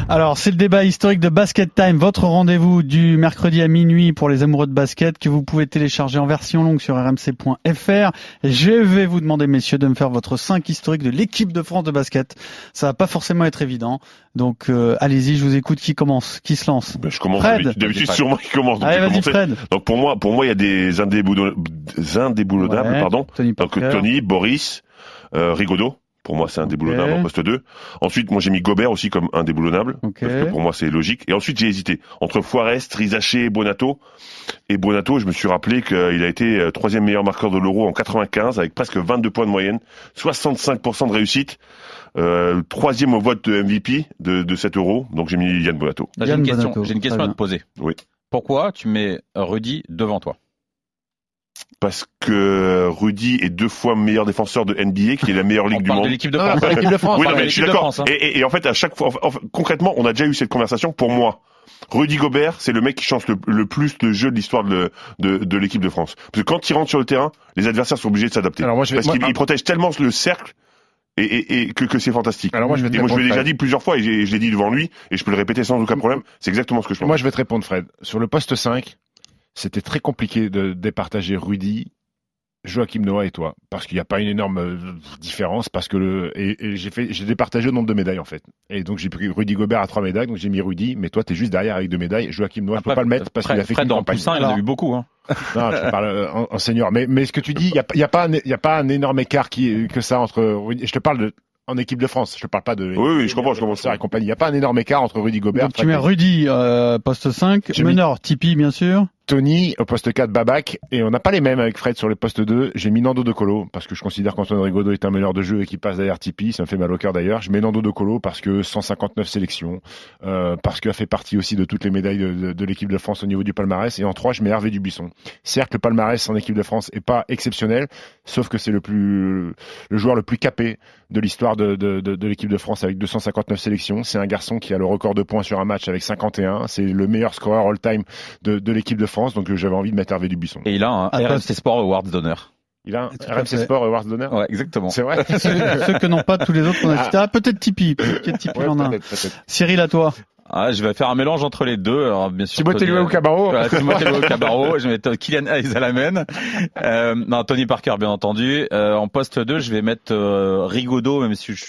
Speaker 6: Alors c'est le débat historique de Basket Time, votre rendez-vous du mercredi à minuit pour les amoureux de basket que vous pouvez télécharger en version longue sur rmc.fr. Je vais vous demander, messieurs, de me faire votre 5 historique de l'équipe de France de basket. Ça va pas forcément être évident. Donc euh, allez-y, je vous écoute. Qui commence Qui se lance
Speaker 8: Bah, je commence.
Speaker 6: Fred.
Speaker 8: d'habitude- D'habitude, c'est sûrement qui commence. Donc,
Speaker 6: Allez,
Speaker 8: j'ai
Speaker 6: vas-y,
Speaker 8: commencé.
Speaker 6: Fred.
Speaker 8: donc pour moi, pour moi, il y a des indéboulon- des indéboulonnables,
Speaker 6: Ouais,
Speaker 8: pardon.
Speaker 6: Tony
Speaker 8: Donc
Speaker 6: Parker.
Speaker 8: Tony, Boris, euh, Rigaudot. Pour moi, c'est indéboulonnable
Speaker 6: Ok.
Speaker 8: en poste 2. Ensuite, moi, j'ai mis Gobert aussi comme indéboulonnable.
Speaker 6: Ok.
Speaker 8: Parce que pour moi, c'est logique. Et ensuite, j'ai hésité entre Foirest, Rizaché et Bonato. Et Bonato, je me suis rappelé qu'il a été euh, troisième meilleur marqueur de l'Euro en 95 avec presque 22 points de moyenne, 65% de réussite, euh, troisième au vote de MVP de, de cet Euro. Donc, j'ai mis Yann Bonato.
Speaker 10: Là, J'ai
Speaker 6: Yann
Speaker 10: une question.
Speaker 6: Bonato,
Speaker 10: J'ai une
Speaker 6: très
Speaker 10: question à
Speaker 6: bien.
Speaker 10: te poser.
Speaker 8: Oui.
Speaker 10: Pourquoi tu mets Rudy devant toi
Speaker 8: Parce que Rudy est deux fois meilleur défenseur de NBA, qui est la meilleure
Speaker 10: On
Speaker 8: ligue du
Speaker 10: parle
Speaker 8: monde.
Speaker 10: de l'équipe de
Speaker 7: Non, non,
Speaker 10: France.
Speaker 7: c'est l'équipe de France.
Speaker 8: Oui,
Speaker 10: parle
Speaker 8: non,
Speaker 10: de
Speaker 8: mais je suis
Speaker 10: l'équipe de
Speaker 8: d'accord.
Speaker 10: France, hein.
Speaker 8: Et, et- et en fait, à chaque fois, enfin, concrètement, on a déjà eu cette conversation. Pour moi, Rudy Gobert, c'est le mec qui change le, le plus le jeu de l'histoire de, de, de l'équipe de France. Parce que quand il rentre sur le terrain, les adversaires sont obligés de s'adapter.
Speaker 7: Alors moi, je vais-
Speaker 8: Parce qu'il
Speaker 7: moi-
Speaker 8: il protège tellement le cercle et, et, et que, que c'est fantastique.
Speaker 7: Alors moi, je vais te
Speaker 8: et moi, je l'ai
Speaker 7: répondre,
Speaker 8: déjà
Speaker 7: Fred.
Speaker 8: dit plusieurs fois et j'ai- je l'ai dit devant lui et je peux le répéter sans aucun problème. C'est exactement ce que je pense.
Speaker 7: Moi, je vais te répondre, Fred. Sur le poste 5, c'était très compliqué de départager Rudy, Joachim Noah et toi. Parce qu'il n'y a pas une énorme euh, différence. Parce que le, et, et j'ai fait, j'ai départagé au nombre de médailles, en fait. Et donc, j'ai pris Rudy Gobert à trois médailles. Donc, j'ai mis Rudy. Mais toi, t'es juste derrière avec deux médailles. Joachim Noah, je peux
Speaker 10: Après,
Speaker 7: pas le mettre parce qu'il a fait
Speaker 10: Fred
Speaker 7: une
Speaker 10: dans le
Speaker 7: campagne.
Speaker 10: Poussin, il y en a
Speaker 6: Alors.
Speaker 10: eu beaucoup. Hein.
Speaker 7: Non, je parle euh, en, en senior. Mais, mais ce que tu dis, il n'y a, il y a, pas un- il y a pas un énorme écart qui, que ça entre Rudy. Je te parle de, en équipe de France. Je te parle pas de.
Speaker 8: Oui, oui, je comprends, je comprends.
Speaker 7: Et compagnie. Il n'y a pas un énorme écart entre Rudy Gobert.
Speaker 6: Donc tu
Speaker 7: Fred
Speaker 6: mets
Speaker 7: et-
Speaker 6: Rudy euh, poste 5,
Speaker 7: J'ai
Speaker 10: <laughs>
Speaker 7: mis-
Speaker 6: meneur Tipeee bien sûr.
Speaker 7: Tony au poste 4 Babac et on n'a pas les mêmes avec Fred sur le poste 2. J'ai mis Nando De Colo parce que je considère qu'Antoine Rigaudot est un meilleur de jeu et qu'il passe derrière Tipeee, ça me fait mal au cœur d'ailleurs. Je mets Nando De Colo parce que 159 sélections, euh, parce qu'il a fait partie aussi de toutes les médailles de, de- de l'équipe de France au niveau du palmarès et en 3 je mets Hervé Dubuisson. Certes le palmarès en équipe de France est pas exceptionnel, sauf que c'est le plus le joueur le plus capé de l'histoire de, de- de- de l'équipe de France avec 259 sélections. C'est un garçon qui a le record de points sur un match avec 51. C'est le meilleur scoreur all-time de, de l'équipe de France. Donc euh, j'avais envie de mettre Hervé Dubuisson.
Speaker 10: Et il a un
Speaker 7: Ah,
Speaker 10: RMC Sport Awards d'honneur.
Speaker 7: Il a un
Speaker 10: Tout à
Speaker 7: RMC
Speaker 10: fait.
Speaker 7: Sport euh, Awards d'honneur
Speaker 10: Ouais, exactement. <laughs>
Speaker 7: C'est vrai
Speaker 6: Ceux, ceux que n'ont pas tous les autres qu'on a cités. Ah, peut-être Tipeee. Peut-être qu'il y a Tipeee
Speaker 10: Ouais,
Speaker 6: en a un.
Speaker 10: peut-être, peut-être.
Speaker 6: Cyril, à toi.
Speaker 10: Ah, je vais faire un mélange entre les deux. Alors, bien sûr.
Speaker 7: Timothée
Speaker 10: Tony-
Speaker 7: Loué ou
Speaker 8: <laughs>
Speaker 10: <laughs>
Speaker 7: Cabarro
Speaker 10: Ouais, Timothée
Speaker 7: <laughs>
Speaker 10: Loué ou Cabarro. Je vais mettre Kylian Hayes à la main. Euh, non, Tony Parker, bien entendu. Euh, en poste 2, je vais mettre euh, Rigaudot, même si je,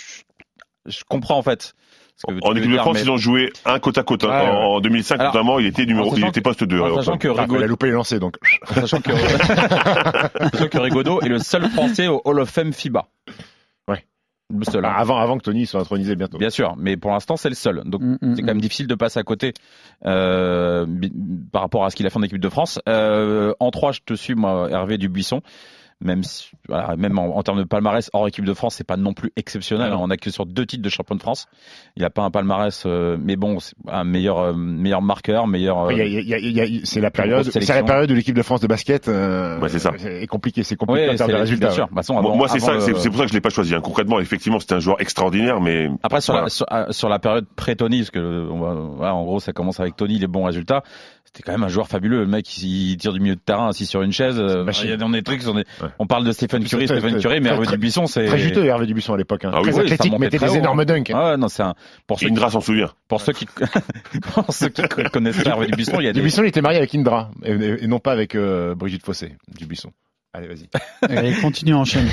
Speaker 10: je comprends, en fait. ce que tu
Speaker 8: En
Speaker 10: veux
Speaker 8: équipe de
Speaker 10: dire,
Speaker 8: France,
Speaker 10: mais-
Speaker 8: ils ont joué un côte à côte. hein.
Speaker 10: Ouais, ouais.
Speaker 8: En 2005,
Speaker 10: Alors,
Speaker 8: notamment, il était numéro,
Speaker 10: en
Speaker 8: il
Speaker 10: sachant
Speaker 8: était
Speaker 10: que-
Speaker 8: poste hein, 2.
Speaker 10: en sachant que
Speaker 7: Enfin, Ah, il a
Speaker 10: Rigaudot,
Speaker 7: loupé les lancers donc.
Speaker 10: sachant
Speaker 8: <laughs>
Speaker 10: que, <laughs> sachant que Rigaudot est le seul Français au Hall of Fame FIBA.
Speaker 7: Ouais.
Speaker 10: Le seul. hein.
Speaker 7: Ah, Avant, avant que Tony soit intronisé bientôt.
Speaker 10: Bien sûr, mais pour l'instant, c'est le seul. Donc,
Speaker 6: Mm,
Speaker 10: c'est quand même difficile de passer à côté euh, bi- par rapport à ce qu'il a fait en équipe de France. Euh, en 3, je te suis, moi, Hervé Dubuisson. Même, si- voilà, même en, en termes de palmarès, hors équipe de France, c'est pas non plus exceptionnel. hein. On a que sur deux titres de champion de France. Il n'a pas un palmarès, euh, mais bon, c'est un meilleur, euh, meilleur marqueur, meilleur.
Speaker 7: Après, il y a-
Speaker 10: euh,
Speaker 7: il y a- il y a- il y a- C'est la
Speaker 10: plus
Speaker 7: période,
Speaker 10: grosse
Speaker 7: c'est la
Speaker 10: sélection.
Speaker 7: période où l'équipe de France de basket euh,
Speaker 8: Ouais, c'est ça.
Speaker 7: est compliquée, c'est
Speaker 10: Ouais,
Speaker 7: compliqué en termes
Speaker 10: c'est-
Speaker 7: de résultats.
Speaker 10: bien sûr.
Speaker 7: ouais.
Speaker 10: Bah, ça, on va-
Speaker 8: Moi, moi, c'est
Speaker 10: avant
Speaker 8: ça, c'est
Speaker 10: le-
Speaker 8: c'est pour ça que je l'ai pas choisi. hein. Concrètement, effectivement, c'était un joueur extraordinaire, mais
Speaker 10: Après sur,
Speaker 8: Voilà.
Speaker 10: la, sur, euh, sur la période pré-Tony, parce que euh, on va- voilà, en gros ça commence avec Tony, les bons résultats. C'était quand même un joueur fabuleux. Le mec, il il tire du milieu de terrain assis sur une chaise. Euh,
Speaker 7: machine.
Speaker 10: Il y a des trucs. On, est-
Speaker 7: Ouais.
Speaker 10: on parle de Stephen
Speaker 7: Très-
Speaker 10: Curry,
Speaker 7: très-
Speaker 10: Stephen
Speaker 7: très-
Speaker 10: Curry, mais
Speaker 7: très-
Speaker 10: Hervé
Speaker 7: très-
Speaker 10: Dubuisson, c'est
Speaker 7: Très juteux Hervé Dubuisson à l'époque. Hein.
Speaker 8: Ah oui,
Speaker 7: Très
Speaker 10: oui, ça
Speaker 7: athlétique,
Speaker 10: remontait
Speaker 7: mettait
Speaker 10: très
Speaker 7: des
Speaker 10: haut,
Speaker 7: énormes dunks. hein.
Speaker 10: Ah ouais, non, c'est un pour ceux,
Speaker 8: Indra s'en souvient.
Speaker 10: pour ceux qui <laughs> pour ceux qui connaissent pas Hervé Dubuisson, il y a des
Speaker 7: Dubuisson, il était marié avec Indra et, et- et non pas avec euh, Brigitte Fossé. Dubuisson. Allez, vas-y.
Speaker 10: Ah,
Speaker 6: Allez, continue, enchaîne.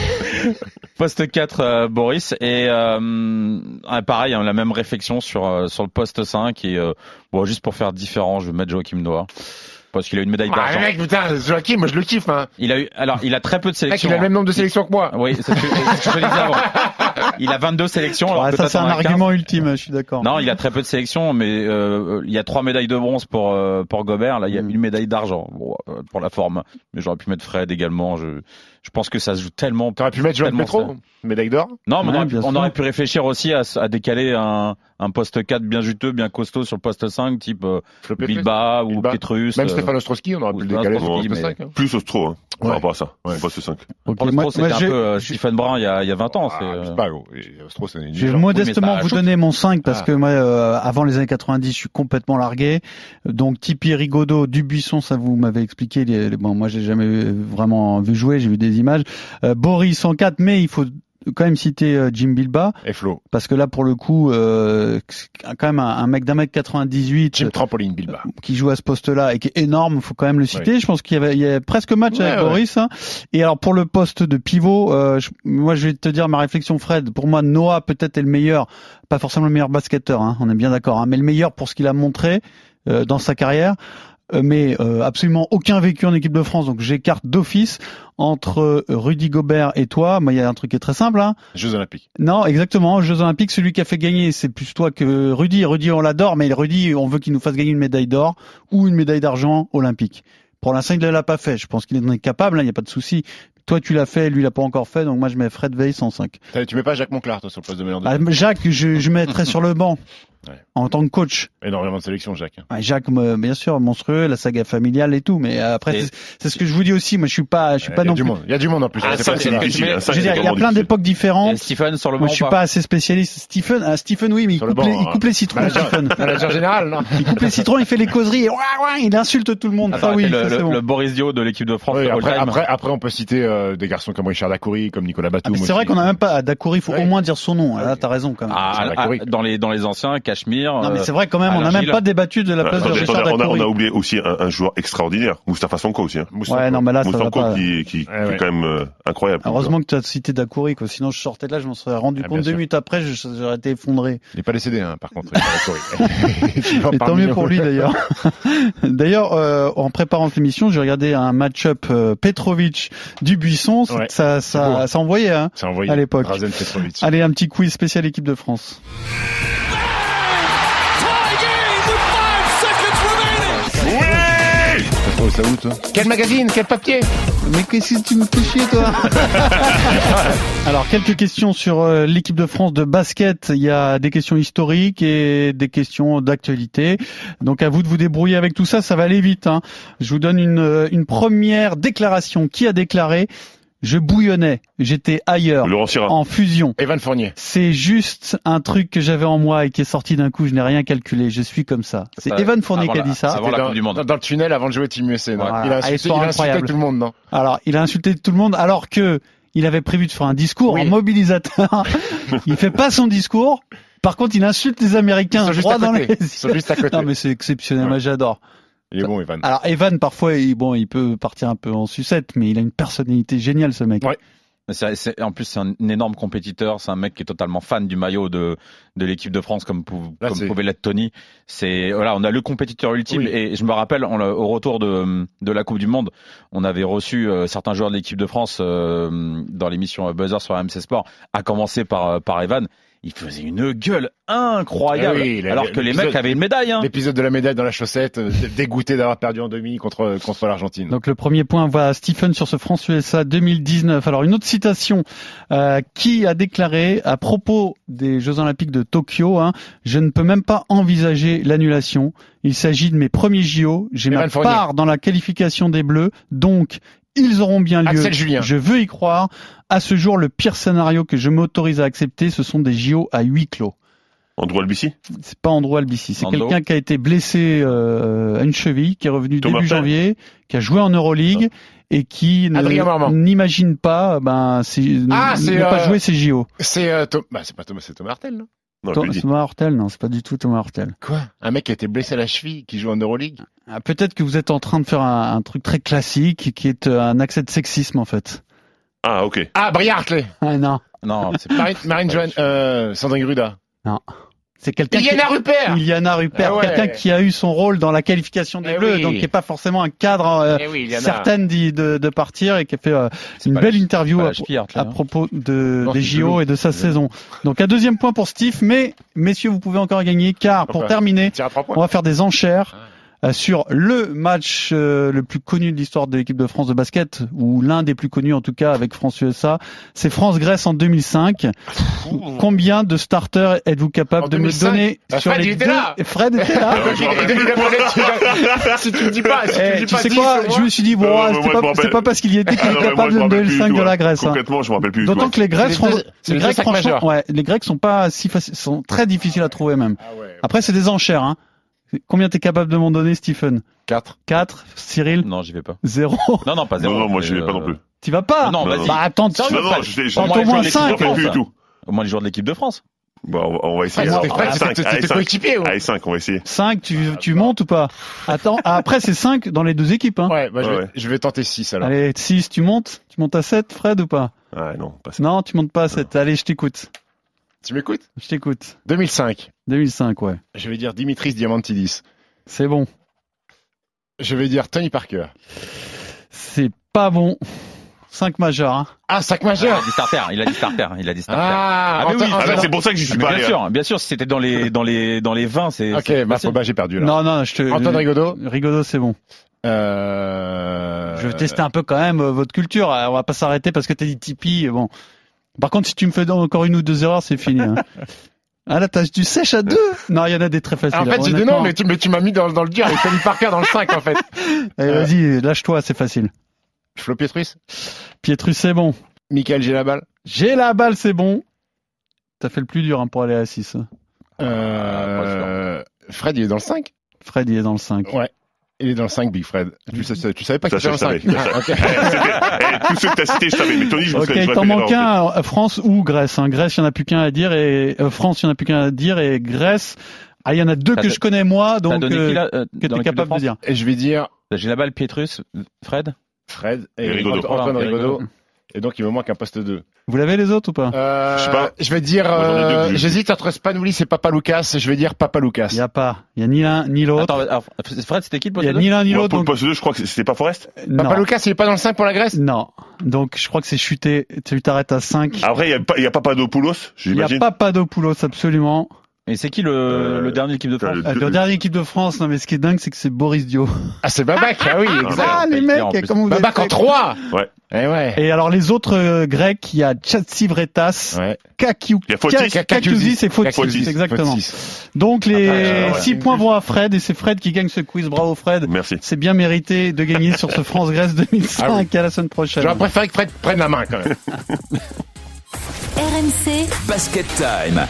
Speaker 10: Poste 4, euh, Boris. Et euh, ah, pareil, hein, la même réflexion sur, euh, sur le poste 5. Et euh, bon, juste pour faire différent, je vais mettre Joachim Noah. Parce qu'il a une médaille
Speaker 7: Ah,
Speaker 10: d'argent.
Speaker 7: mec, putain, Joachim, moi je le kiffe. Hein.
Speaker 10: Il a eu, alors, il a très
Speaker 6: Ah,
Speaker 10: peu de
Speaker 7: Mec,
Speaker 10: sélections.
Speaker 7: il a le
Speaker 10: hein.
Speaker 7: même nombre de sélections que moi.
Speaker 10: Oui, c'est ce que, c'est ce que je te disais avant.
Speaker 6: <laughs>
Speaker 10: Il a 22 sélections. Alors
Speaker 6: Ouais,
Speaker 10: que
Speaker 6: ça,
Speaker 10: toi,
Speaker 6: c'est
Speaker 10: t'en
Speaker 6: un
Speaker 10: as 15.
Speaker 6: argument ultime, je suis d'accord.
Speaker 10: Non, il a très peu de sélections, mais euh, il y a trois médailles de bronze pour euh, pour Gobert. Là, il y
Speaker 6: Mm.
Speaker 10: a une médaille d'argent bon, euh, pour la forme. Mais j'aurais pu mettre Fred également. Je je pense que ça se joue tellement.
Speaker 7: T'aurais pu mettre Joan
Speaker 10: Tellement
Speaker 7: Petro, médaille d'or.
Speaker 10: Non, mais on,
Speaker 6: Ouais,
Speaker 10: aurait pu,
Speaker 6: bien
Speaker 10: on
Speaker 6: sûr.
Speaker 10: aurait pu réfléchir aussi à, s- à décaler un un poste 4 bien juteux, bien costaud sur le poste 5, type euh,
Speaker 7: Flopé de
Speaker 10: Bilba ou
Speaker 7: Bilba.
Speaker 10: Petrus.
Speaker 7: Même
Speaker 10: euh,
Speaker 7: Stéphane Ostrowski, on aurait pu
Speaker 10: ou
Speaker 7: le décaler sur
Speaker 10: Ostrowski,
Speaker 7: le poste
Speaker 10: mais-
Speaker 7: 5. hein.
Speaker 8: Plus Ostro, hein, par
Speaker 7: Ouais.
Speaker 8: rapport à ça.
Speaker 7: Ouais.
Speaker 8: Poste 5.
Speaker 6: Ok,
Speaker 10: Pour le
Speaker 6: moi-
Speaker 10: pro,
Speaker 6: moi,
Speaker 10: c'était un
Speaker 6: j'ai-
Speaker 10: peu euh, Stephen Brun il y a il y a 20 ans. c'est,
Speaker 7: Ah,
Speaker 10: euh,
Speaker 7: c'est pas gros. Et Ostro, c'est une
Speaker 6: Je vais
Speaker 7: légende.
Speaker 6: modestement
Speaker 10: Oui, mais ça
Speaker 6: vous
Speaker 10: shoot.
Speaker 6: donner mon 5 parce
Speaker 10: Ah.
Speaker 6: que moi, euh, avant les années 90, je suis complètement largué. Donc Tipeee, Rigaudot, Dubuisson, ça vous m'avez expliqué. Les, les- bon, moi, j'ai jamais euh, vraiment vu jouer, j'ai vu des images. Euh, Boris 104, mais il faut quand même citer euh, Jim Bilba
Speaker 7: Et Flo.
Speaker 6: parce que là, pour le coup, euh, c'est quand même un, un mec d'un mec 98
Speaker 7: Jim Trampoline Bilba.
Speaker 6: qui joue à ce poste-là et qui est énorme, faut quand même le citer. Je pense qu'il y avait, il y avait presque match
Speaker 7: Ouais,
Speaker 6: avec
Speaker 7: ouais.
Speaker 6: Boris. hein. Et alors pour le poste de pivot, euh, je- moi je vais te dire ma réflexion, Fred. Pour moi, Noah peut-être est le meilleur, pas forcément le meilleur basketteur, hein, on est bien d'accord, hein, mais le meilleur pour ce qu'il a montré euh, dans sa carrière. Euh, Mais euh, absolument aucun vécu en équipe de France, donc j'écarte d'office entre euh, Rudy Gobert et toi. Moi, il y a un truc qui est très simple. Hein.
Speaker 7: Jeux Olympiques.
Speaker 6: Non, exactement. aux Jeux Olympiques, celui qui a fait gagner, c'est plus toi que Rudy. Rudy, on l'adore, mais Rudy, on veut qu'il nous fasse gagner une médaille d'or ou une médaille d'argent olympique. Pour l'instant, il ne l'a pas fait. Je pense qu'il en est capable, hein, il n'y a pas de souci. Toi, tu l'as fait, lui, il l'a pas encore fait, donc moi, je mets Fred Veil 105.
Speaker 7: T'as- Tu mets pas Jacques Monclar, toi, sur le poste de meilleur de E
Speaker 6: Ah, Jacques, je, je mettrais sur le banc
Speaker 7: Ouais.
Speaker 6: en tant que coach.
Speaker 7: Énormément de sélections, Jacques. hein.
Speaker 6: Ouais, Jacques, me- bien sûr, monstrueux, la saga familiale et tout, mais euh, après,
Speaker 10: Et-
Speaker 6: c'est- c'est ce que je vous dis aussi. Moi, je suis pas, je suis pas
Speaker 7: Il y a
Speaker 6: non
Speaker 7: du
Speaker 6: plus.
Speaker 7: monde. Il y a du monde en plus.
Speaker 8: Ah,
Speaker 7: C'est
Speaker 8: ça,
Speaker 7: pas
Speaker 8: c'est
Speaker 7: si
Speaker 8: difficile.
Speaker 7: difficile.
Speaker 8: hein. Ça,
Speaker 6: Je veux
Speaker 8: c'est
Speaker 6: dire, il y a
Speaker 8: vraiment
Speaker 6: plein
Speaker 8: difficile.
Speaker 6: d'époques différentes.
Speaker 10: et Stephen sur le
Speaker 6: Moi,
Speaker 10: banc.
Speaker 6: je suis
Speaker 10: ou
Speaker 6: pas assez spécialiste. Stephen, ah, Stephen, oui, mais il
Speaker 7: Sur le
Speaker 6: coupe, les,
Speaker 7: banc, Bah,
Speaker 6: il coupe les citrons,
Speaker 7: Manager-
Speaker 6: Stephen.
Speaker 7: Manager général, non
Speaker 6: Il coupe les citrons, il fait les causeries, et ouah, ouah, il insulte tout le monde.
Speaker 10: Ah,
Speaker 6: Ça,
Speaker 10: ça,
Speaker 6: oui,
Speaker 10: c'est
Speaker 6: ça,
Speaker 10: le,
Speaker 6: c'est
Speaker 10: le-
Speaker 6: bon.
Speaker 10: le Boris Dio de l'équipe de France.
Speaker 7: Oui,
Speaker 10: le
Speaker 7: après,
Speaker 10: all-time.
Speaker 7: après, après, on peut citer euh, des garçons comme Richard Dacoury, comme Nicolas
Speaker 6: Ah,
Speaker 7: Batum.
Speaker 6: mais c'est
Speaker 7: aussi.
Speaker 6: vrai qu'on a même pas à Dakouri, il faut
Speaker 7: Ouais.
Speaker 6: au moins dire son nom. Là,
Speaker 7: Ouais.
Speaker 6: t'as raison quand même.
Speaker 10: Ah,
Speaker 7: Richard
Speaker 10: ah,
Speaker 7: Dacoury.
Speaker 10: dans les dans les anciens, Cachemire.
Speaker 6: non, mais
Speaker 10: euh,
Speaker 6: c'est vrai quand même, on n'a
Speaker 10: Alain
Speaker 6: même
Speaker 10: Gilles.
Speaker 6: pas débattu de la place de
Speaker 8: Attendez,
Speaker 6: Richard
Speaker 8: attendez, on, a,
Speaker 6: Dakouri.
Speaker 8: on a oublié aussi un, un joueur extraordinaire, Moustapha Sonko aussi. Hein.
Speaker 7: Moussanko.
Speaker 6: Ouais, non, mais là, ça va
Speaker 8: Moustapha
Speaker 6: pas.
Speaker 8: qui, qui, qui
Speaker 7: Ouais, ouais.
Speaker 8: est quand même euh, incroyable.
Speaker 6: Heureusement que tu as cité Dakouri, quoi. Sinon, je sortais de là, je m'en serais rendu
Speaker 7: Ah,
Speaker 6: compte
Speaker 7: bien
Speaker 6: deux
Speaker 7: sûr.
Speaker 6: minutes après, je- j'aurais été effondré.
Speaker 7: Il n'est pas décédé, hein, par contre.
Speaker 6: <laughs>
Speaker 7: Richard Dacoury.
Speaker 6: Et tant mieux pour lui d'ailleurs. <laughs> d'ailleurs, euh, en préparant cette émission, j'ai regardé un match-up euh, Petrovic Dubuisson.
Speaker 7: Ouais.
Speaker 6: Ça, ça,
Speaker 7: beau.
Speaker 6: ça envoyait, hein.
Speaker 7: C'est envoyé.
Speaker 6: À l'époque. Ah.
Speaker 7: Drazen Petrovic.
Speaker 6: Allez, un petit quiz spécial équipe de France.
Speaker 2: Tie game with five seconds remaining.
Speaker 8: Oui
Speaker 7: Oh, ça où, toi
Speaker 6: Quel magazine Quel papier Mais qu'est-ce que tu me fais chier, toi <laughs> Alors, quelques questions sur euh, l'équipe de France de basket. Il y a des questions historiques et des questions d'actualité. Donc, à vous de vous débrouiller avec tout ça. Ça va aller vite. hein. Je vous donne une, euh, une première déclaration. Qui a déclaré je bouillonnais, j'étais ailleurs, en fusion.
Speaker 7: Evan Fournier.
Speaker 6: C'est juste un truc que j'avais en moi et qui est sorti d'un coup. Je n'ai rien calculé. Je suis comme ça. C'est
Speaker 7: Ça-
Speaker 6: Evan Fournier
Speaker 7: avant
Speaker 6: qui a
Speaker 7: la-
Speaker 6: dit ça.
Speaker 7: C'était dans, Dans, dans le tunnel avant de jouer Team USA. non
Speaker 6: Voilà.
Speaker 7: Il a
Speaker 6: Ah,
Speaker 7: insulté,
Speaker 6: histoire
Speaker 7: il a insulté
Speaker 6: incroyable.
Speaker 7: tout le monde, non
Speaker 6: Alors, il a insulté tout le monde alors que il avait prévu de faire un discours en mobilisateur. <laughs> il fait pas son discours. Par contre, il insulte les Américains.
Speaker 7: Ils sont juste
Speaker 6: droit
Speaker 7: à
Speaker 6: dans
Speaker 7: côté.
Speaker 6: les
Speaker 7: Ils
Speaker 6: <laughs>
Speaker 7: sont juste à côté.
Speaker 6: Non, mais c'est exceptionnel. Moi, j'adore.
Speaker 7: Il est bon, Evan.
Speaker 6: Alors, Evan, parfois, il, bon, il peut partir un peu en sucette, mais il a une personnalité géniale, ce mec.
Speaker 10: Mais c'est- c'est- en plus, c'est un énorme compétiteur. C'est un mec qui est totalement fan du maillot de, de l'équipe de France, comme, pou-
Speaker 7: Là,
Speaker 10: comme
Speaker 7: c'est-
Speaker 10: pouvait l'être Tony. C'est voilà, on a le compétiteur ultime.
Speaker 7: Oui.
Speaker 10: Et je me rappelle, on l'a- au retour de, de la Coupe du Monde, on avait reçu euh, certains joueurs de l'équipe de France euh, dans l'émission Buzzer sur MC Sport, à commencer par euh, par Evan. Il faisait une gueule incroyable,
Speaker 6: Ah
Speaker 7: Eh oui, la-
Speaker 10: alors que les
Speaker 7: l'épisode-
Speaker 10: mecs avaient une médaille. Hein.
Speaker 7: L'épisode de la médaille dans la chaussette, euh, dégoûté d'avoir perdu en demi contre, euh, contre l'Argentine.
Speaker 6: Donc le premier point va à Stephen sur ce France-USA 2019. Alors une autre citation euh, qui a déclaré à propos des Jeux Olympiques de Tokyo, hein, je ne peux même pas envisager l'annulation. Il s'agit de mes premiers JO. J'ai ma
Speaker 7: Evan Fournier.
Speaker 6: part dans la qualification des Bleus, donc ils auront bien lieu.
Speaker 7: Axel Julien.
Speaker 6: Je veux y croire. À ce jour, le pire scénario que je m'autorise à accepter, ce sont des JO à huis clos.
Speaker 8: Andrew Albici
Speaker 6: C'est pas Andro Albici, c'est
Speaker 8: Ando.
Speaker 6: quelqu'un qui a été blessé euh, à une cheville, qui est revenu
Speaker 8: Thomas
Speaker 6: début
Speaker 8: Pell.
Speaker 6: janvier, qui a joué en Euroleague et qui
Speaker 7: Adrien Marmand.
Speaker 6: ne- n'imagine pas euh, ben c'est ne
Speaker 7: Ah, c'est,
Speaker 6: ne pas
Speaker 7: euh,
Speaker 6: jouer ses JO.
Speaker 7: C'est euh, Tom- bah, c'est pas Thomas, c'est Thomas Hartel, non
Speaker 6: Tho- Thomas Hortel, non, c'est pas du tout Thomas Hortel.
Speaker 7: Quoi Un mec qui a été blessé à la cheville, qui joue en Euroleague
Speaker 6: Ah, Peut-être que vous êtes en train de faire un, un truc très classique qui est euh, un accès de sexisme en fait.
Speaker 8: Ah, ok.
Speaker 7: Ah, Bria Hartley
Speaker 6: Ah non, <laughs>
Speaker 10: Non, c'est
Speaker 7: Marine, Marine Joanne, euh, Sandrine Gruda.
Speaker 6: non. C'est quelqu'un qui-
Speaker 7: Iliana Rupert
Speaker 6: Iliana Rupert,
Speaker 7: Ah ouais.
Speaker 6: quelqu'un qui a eu son rôle dans la qualification des
Speaker 7: Eh
Speaker 6: Bleus,
Speaker 7: oui.
Speaker 6: donc qui est pas forcément un cadre euh,
Speaker 7: Eh oui, Iliana.
Speaker 6: certaine d'y- de, de partir et qui a fait euh, une
Speaker 10: pas
Speaker 6: belle
Speaker 10: la-
Speaker 6: interview
Speaker 10: pas la
Speaker 6: à,
Speaker 10: cheville, Hartley,
Speaker 6: à
Speaker 10: hein.
Speaker 6: propos de,
Speaker 10: Non,
Speaker 6: des
Speaker 10: c'est
Speaker 6: JO
Speaker 10: Pelou.
Speaker 6: et de sa saison. Donc un deuxième point pour Steve, mais messieurs, vous pouvez encore gagner car pour
Speaker 7: Enfin,
Speaker 6: terminer,
Speaker 7: tire à trois points.
Speaker 6: on va faire des enchères. euh, Sur le match euh, le plus connu de l'histoire de l'équipe de France de basket, ou l'un des plus connus en tout cas avec France-USA, c'est France-Grèce en 2005.
Speaker 8: Oh.
Speaker 6: Combien de starters êtes-vous capable
Speaker 7: En
Speaker 6: de me
Speaker 7: 2005?
Speaker 6: donner
Speaker 7: Ah,
Speaker 6: sur
Speaker 7: Fred,
Speaker 6: les
Speaker 7: il était
Speaker 6: deux
Speaker 7: là
Speaker 6: Fred
Speaker 8: <laughs>
Speaker 6: était là.
Speaker 8: Ah,
Speaker 6: <laughs>
Speaker 7: Donc, <laughs> il- il- il a demandé, tu- Si tu me dis pas, si tu me
Speaker 6: Eh,
Speaker 7: dis
Speaker 6: tu
Speaker 7: pas
Speaker 6: sais
Speaker 7: 10
Speaker 6: quoi
Speaker 7: au moins-
Speaker 6: Je me suis dit, bon,
Speaker 8: Euh,
Speaker 6: ah,
Speaker 8: moi,
Speaker 6: c'était
Speaker 8: je
Speaker 6: pas,
Speaker 8: me rappelle-
Speaker 6: c'était pas parce qu'il
Speaker 8: <laughs>
Speaker 6: y était qu'il
Speaker 8: Ah
Speaker 6: est
Speaker 8: non, mais moi,
Speaker 6: capable
Speaker 8: je me
Speaker 6: de me
Speaker 8: rappelle
Speaker 6: donner le
Speaker 8: plus
Speaker 6: 5
Speaker 8: du
Speaker 6: de
Speaker 8: tout,
Speaker 6: la
Speaker 8: ouais.
Speaker 6: Grèce. hein.
Speaker 8: Concrètement, je me rappelle plus du
Speaker 6: D'autant
Speaker 8: tout,
Speaker 6: que les Grecs,
Speaker 7: C'est
Speaker 6: fran-
Speaker 7: les deux- c'est
Speaker 6: les
Speaker 7: les deux
Speaker 6: Grecs,
Speaker 7: sacs
Speaker 6: franchement,
Speaker 7: majeurs.
Speaker 6: ouais, les Grecs sont pas si faciles, sont très difficiles à trouver même.
Speaker 7: Ah
Speaker 6: Après, c'est des enchères. Hein. Combien t'es capable de m'en donner, Stephen
Speaker 10: 4
Speaker 6: 4, Cyril
Speaker 10: Non, j'y vais pas.
Speaker 6: 0.
Speaker 10: Non, non, pas zéro.
Speaker 8: Non, non, moi,
Speaker 10: mais,
Speaker 8: je vais pas
Speaker 10: euh,
Speaker 8: non plus.
Speaker 6: <laughs> Tu vas pas
Speaker 10: Non,
Speaker 8: Non,
Speaker 10: vas-y.
Speaker 8: non.
Speaker 6: Bah attends,
Speaker 10: Non,
Speaker 8: Non, non,
Speaker 10: Fred,
Speaker 8: je sais, je
Speaker 10: au
Speaker 6: Tente
Speaker 10: moins
Speaker 6: au
Speaker 10: les joueurs
Speaker 6: moins
Speaker 10: de l'équipe de
Speaker 6: 5.
Speaker 8: rappelle plus
Speaker 10: France.
Speaker 8: du tout.
Speaker 10: Au moins les joueurs de l'équipe de France.
Speaker 8: Bon, on va- on va
Speaker 7: Ah,
Speaker 8: essayer.
Speaker 7: c'était
Speaker 8: alors.
Speaker 7: Fred,
Speaker 8: Allez,
Speaker 7: c'était-
Speaker 8: cinq,
Speaker 7: c'était
Speaker 8: allez,
Speaker 7: tes
Speaker 8: cinq.
Speaker 7: coéquipiers, ou-
Speaker 8: Allez, 5, on va essayer.
Speaker 6: 5, tu,
Speaker 7: Ah,
Speaker 6: tu montes ou pas Attends, ah, après c'est 5 dans les deux équipes. Hein.
Speaker 7: Ouais, bah, je,
Speaker 8: Ouais.
Speaker 7: vais, je vais tenter 6 alors.
Speaker 6: Allez, 6, tu montes Tu montes à 7, Fred, ou pas
Speaker 8: Ah non, pas ça.
Speaker 6: Non, tu montes pas à 7. Allez, je t'écoute.
Speaker 7: Tu m'écoutes
Speaker 6: Je t'écoute.
Speaker 7: 2005.
Speaker 6: 2005, ouais.
Speaker 7: Je vais dire Dimitris Diamantidis.
Speaker 6: C'est bon.
Speaker 7: Je vais dire Tony Parker.
Speaker 6: C'est pas bon. 5 majeurs. Hein.
Speaker 7: Ah, sac
Speaker 10: Il a
Speaker 7: majeur
Speaker 10: dit starter, il a dit starter, il a dit starter.
Speaker 7: Ah,
Speaker 10: Ah, mais
Speaker 7: Anto-
Speaker 10: oui,
Speaker 7: Anto-
Speaker 8: Ah bah, c'est pour ça que j'y
Speaker 10: Ah,
Speaker 8: suis
Speaker 10: mais
Speaker 8: pas allé.
Speaker 10: bien
Speaker 8: hein.
Speaker 10: sûr, bien sûr, si c'était dans les dans les dans les 20, c'est
Speaker 7: Ok,
Speaker 10: c'est
Speaker 7: bah,
Speaker 10: facile.
Speaker 7: bah, j'ai perdu là.
Speaker 6: Non, non, je te.
Speaker 7: Antoine Rigaudot.
Speaker 6: Rigaudot, c'est bon.
Speaker 7: Euh...
Speaker 6: Je vais tester un peu quand même euh, votre culture. Euh, On va pas s'arrêter parce que t'as dit Tipeee. euh, Bon. Par contre, si tu me fais encore une ou deux erreurs, c'est fini. hein. Ah là, t'as du sèche à deux Non, il y en a des très faciles.
Speaker 7: Ah, En fait, j'ai dit
Speaker 6: honnêtement.
Speaker 7: non, mais tu, mais tu m'as mis dans, dans le dur avec Tony Parker dans le 5 en fait. <laughs>
Speaker 6: Allez, Eh, vas-y, lâche-toi, c'est facile.
Speaker 7: Flo Pietrus,
Speaker 6: Pietrus, c'est bon.
Speaker 7: Michael Gélabal,
Speaker 6: J'ai la balle, c'est bon. T'as fait le plus dur hein, pour aller à 6.
Speaker 7: euh... Fred, il est dans le 5
Speaker 6: Fred, il est dans le 5.
Speaker 7: Ouais. Il est dans le 5, Big Fred. Tu, sais- tu savais pas
Speaker 8: Ça,
Speaker 7: qu'il était dans le
Speaker 8: je
Speaker 7: 5
Speaker 8: savais.
Speaker 7: <laughs>
Speaker 8: Eh, Tous ceux que t'as cités, je savais. Mais Tony, je me
Speaker 6: Ok,
Speaker 8: serais-
Speaker 6: il
Speaker 8: j'aurais
Speaker 6: t'en
Speaker 8: fait
Speaker 6: manque
Speaker 8: l'erreur,
Speaker 6: un, euh, France ou Grèce. hein. Grèce, il n'y en a plus qu'un à dire et euh, France, il n'y en a plus qu'un à dire et Grèce, ah, il y en a deux
Speaker 10: T'as
Speaker 6: que
Speaker 10: don-
Speaker 6: je connais moi,
Speaker 10: T'as
Speaker 6: donc
Speaker 10: donné qui
Speaker 6: euh,
Speaker 10: là euh,
Speaker 6: que
Speaker 10: dans
Speaker 6: t'es
Speaker 10: l'équipe
Speaker 6: capable de,
Speaker 10: France
Speaker 6: dire.
Speaker 7: Et je vais dire
Speaker 10: J'ai la balle, Pietrus, Fred.
Speaker 7: Fred
Speaker 8: Et Rigaudot.
Speaker 7: Anto- Antoine
Speaker 10: Voilà, et
Speaker 7: Rigaudot.
Speaker 10: Rigaudot.
Speaker 7: Et donc, il me manque un poste 2.
Speaker 6: Vous l'avez les autres ou pas
Speaker 7: Euh,
Speaker 8: Je sais pas.
Speaker 7: Je vais dire,
Speaker 8: Moi, j'en ai deux
Speaker 7: euh,
Speaker 8: que j'ai-
Speaker 7: j'hésite entre Spanoulis et Papa Lucas. Je vais dire Papa Lucas.
Speaker 6: Il n'y a pas, il y a ni l'un ni l'autre.
Speaker 10: Attends, alors, Fred, c'était qui le
Speaker 6: Il y a
Speaker 10: poste
Speaker 6: ni l'un ni
Speaker 8: Moi,
Speaker 6: l'autre.
Speaker 8: pour le
Speaker 6: Donc
Speaker 8: poste 2, je crois que c'était pas Forest.
Speaker 6: non.
Speaker 7: Papa Lucas, il est pas dans le 5 pour la Grèce
Speaker 6: non. Donc je crois que c'est chuté. Tu t'arrêtes à 5.
Speaker 8: Après, il y a pas- il y a Papadopoulos,
Speaker 6: Il n'y a
Speaker 8: j'imagine.
Speaker 6: Papadopoulos absolument.
Speaker 10: Et c'est qui le,
Speaker 8: Euh,
Speaker 10: le dernier équipe de France
Speaker 6: Ah, La dernière équipe de France, non mais ce qui est dingue, c'est que c'est Boris Dio.
Speaker 7: Ah, c'est Babac, ah oui, exact.
Speaker 6: Ah, les mecs, comment vous
Speaker 7: Babac
Speaker 6: êtes
Speaker 7: en Bah, trois
Speaker 8: Ouais.
Speaker 7: Et ouais.
Speaker 6: Et alors les autres euh, Grecs, il y a Chatsivretas, Kakiou,
Speaker 7: Il y a Fotis.
Speaker 6: Kak- Kakiouzis et Fotis,
Speaker 7: Kakiouzis,
Speaker 6: exactement.
Speaker 7: Fotis.
Speaker 6: Donc les
Speaker 7: Ah, ouais.
Speaker 6: 6 points vont à Fred et c'est Fred qui gagne ce quiz. Bravo Fred.
Speaker 8: Merci.
Speaker 6: C'est bien mérité de gagner sur ce France-Grèce 2005
Speaker 7: Ah oui.
Speaker 6: à la semaine prochaine.
Speaker 7: J'aurais préféré que Fred prenne la main quand même.
Speaker 12: RMC
Speaker 2: Basket Time.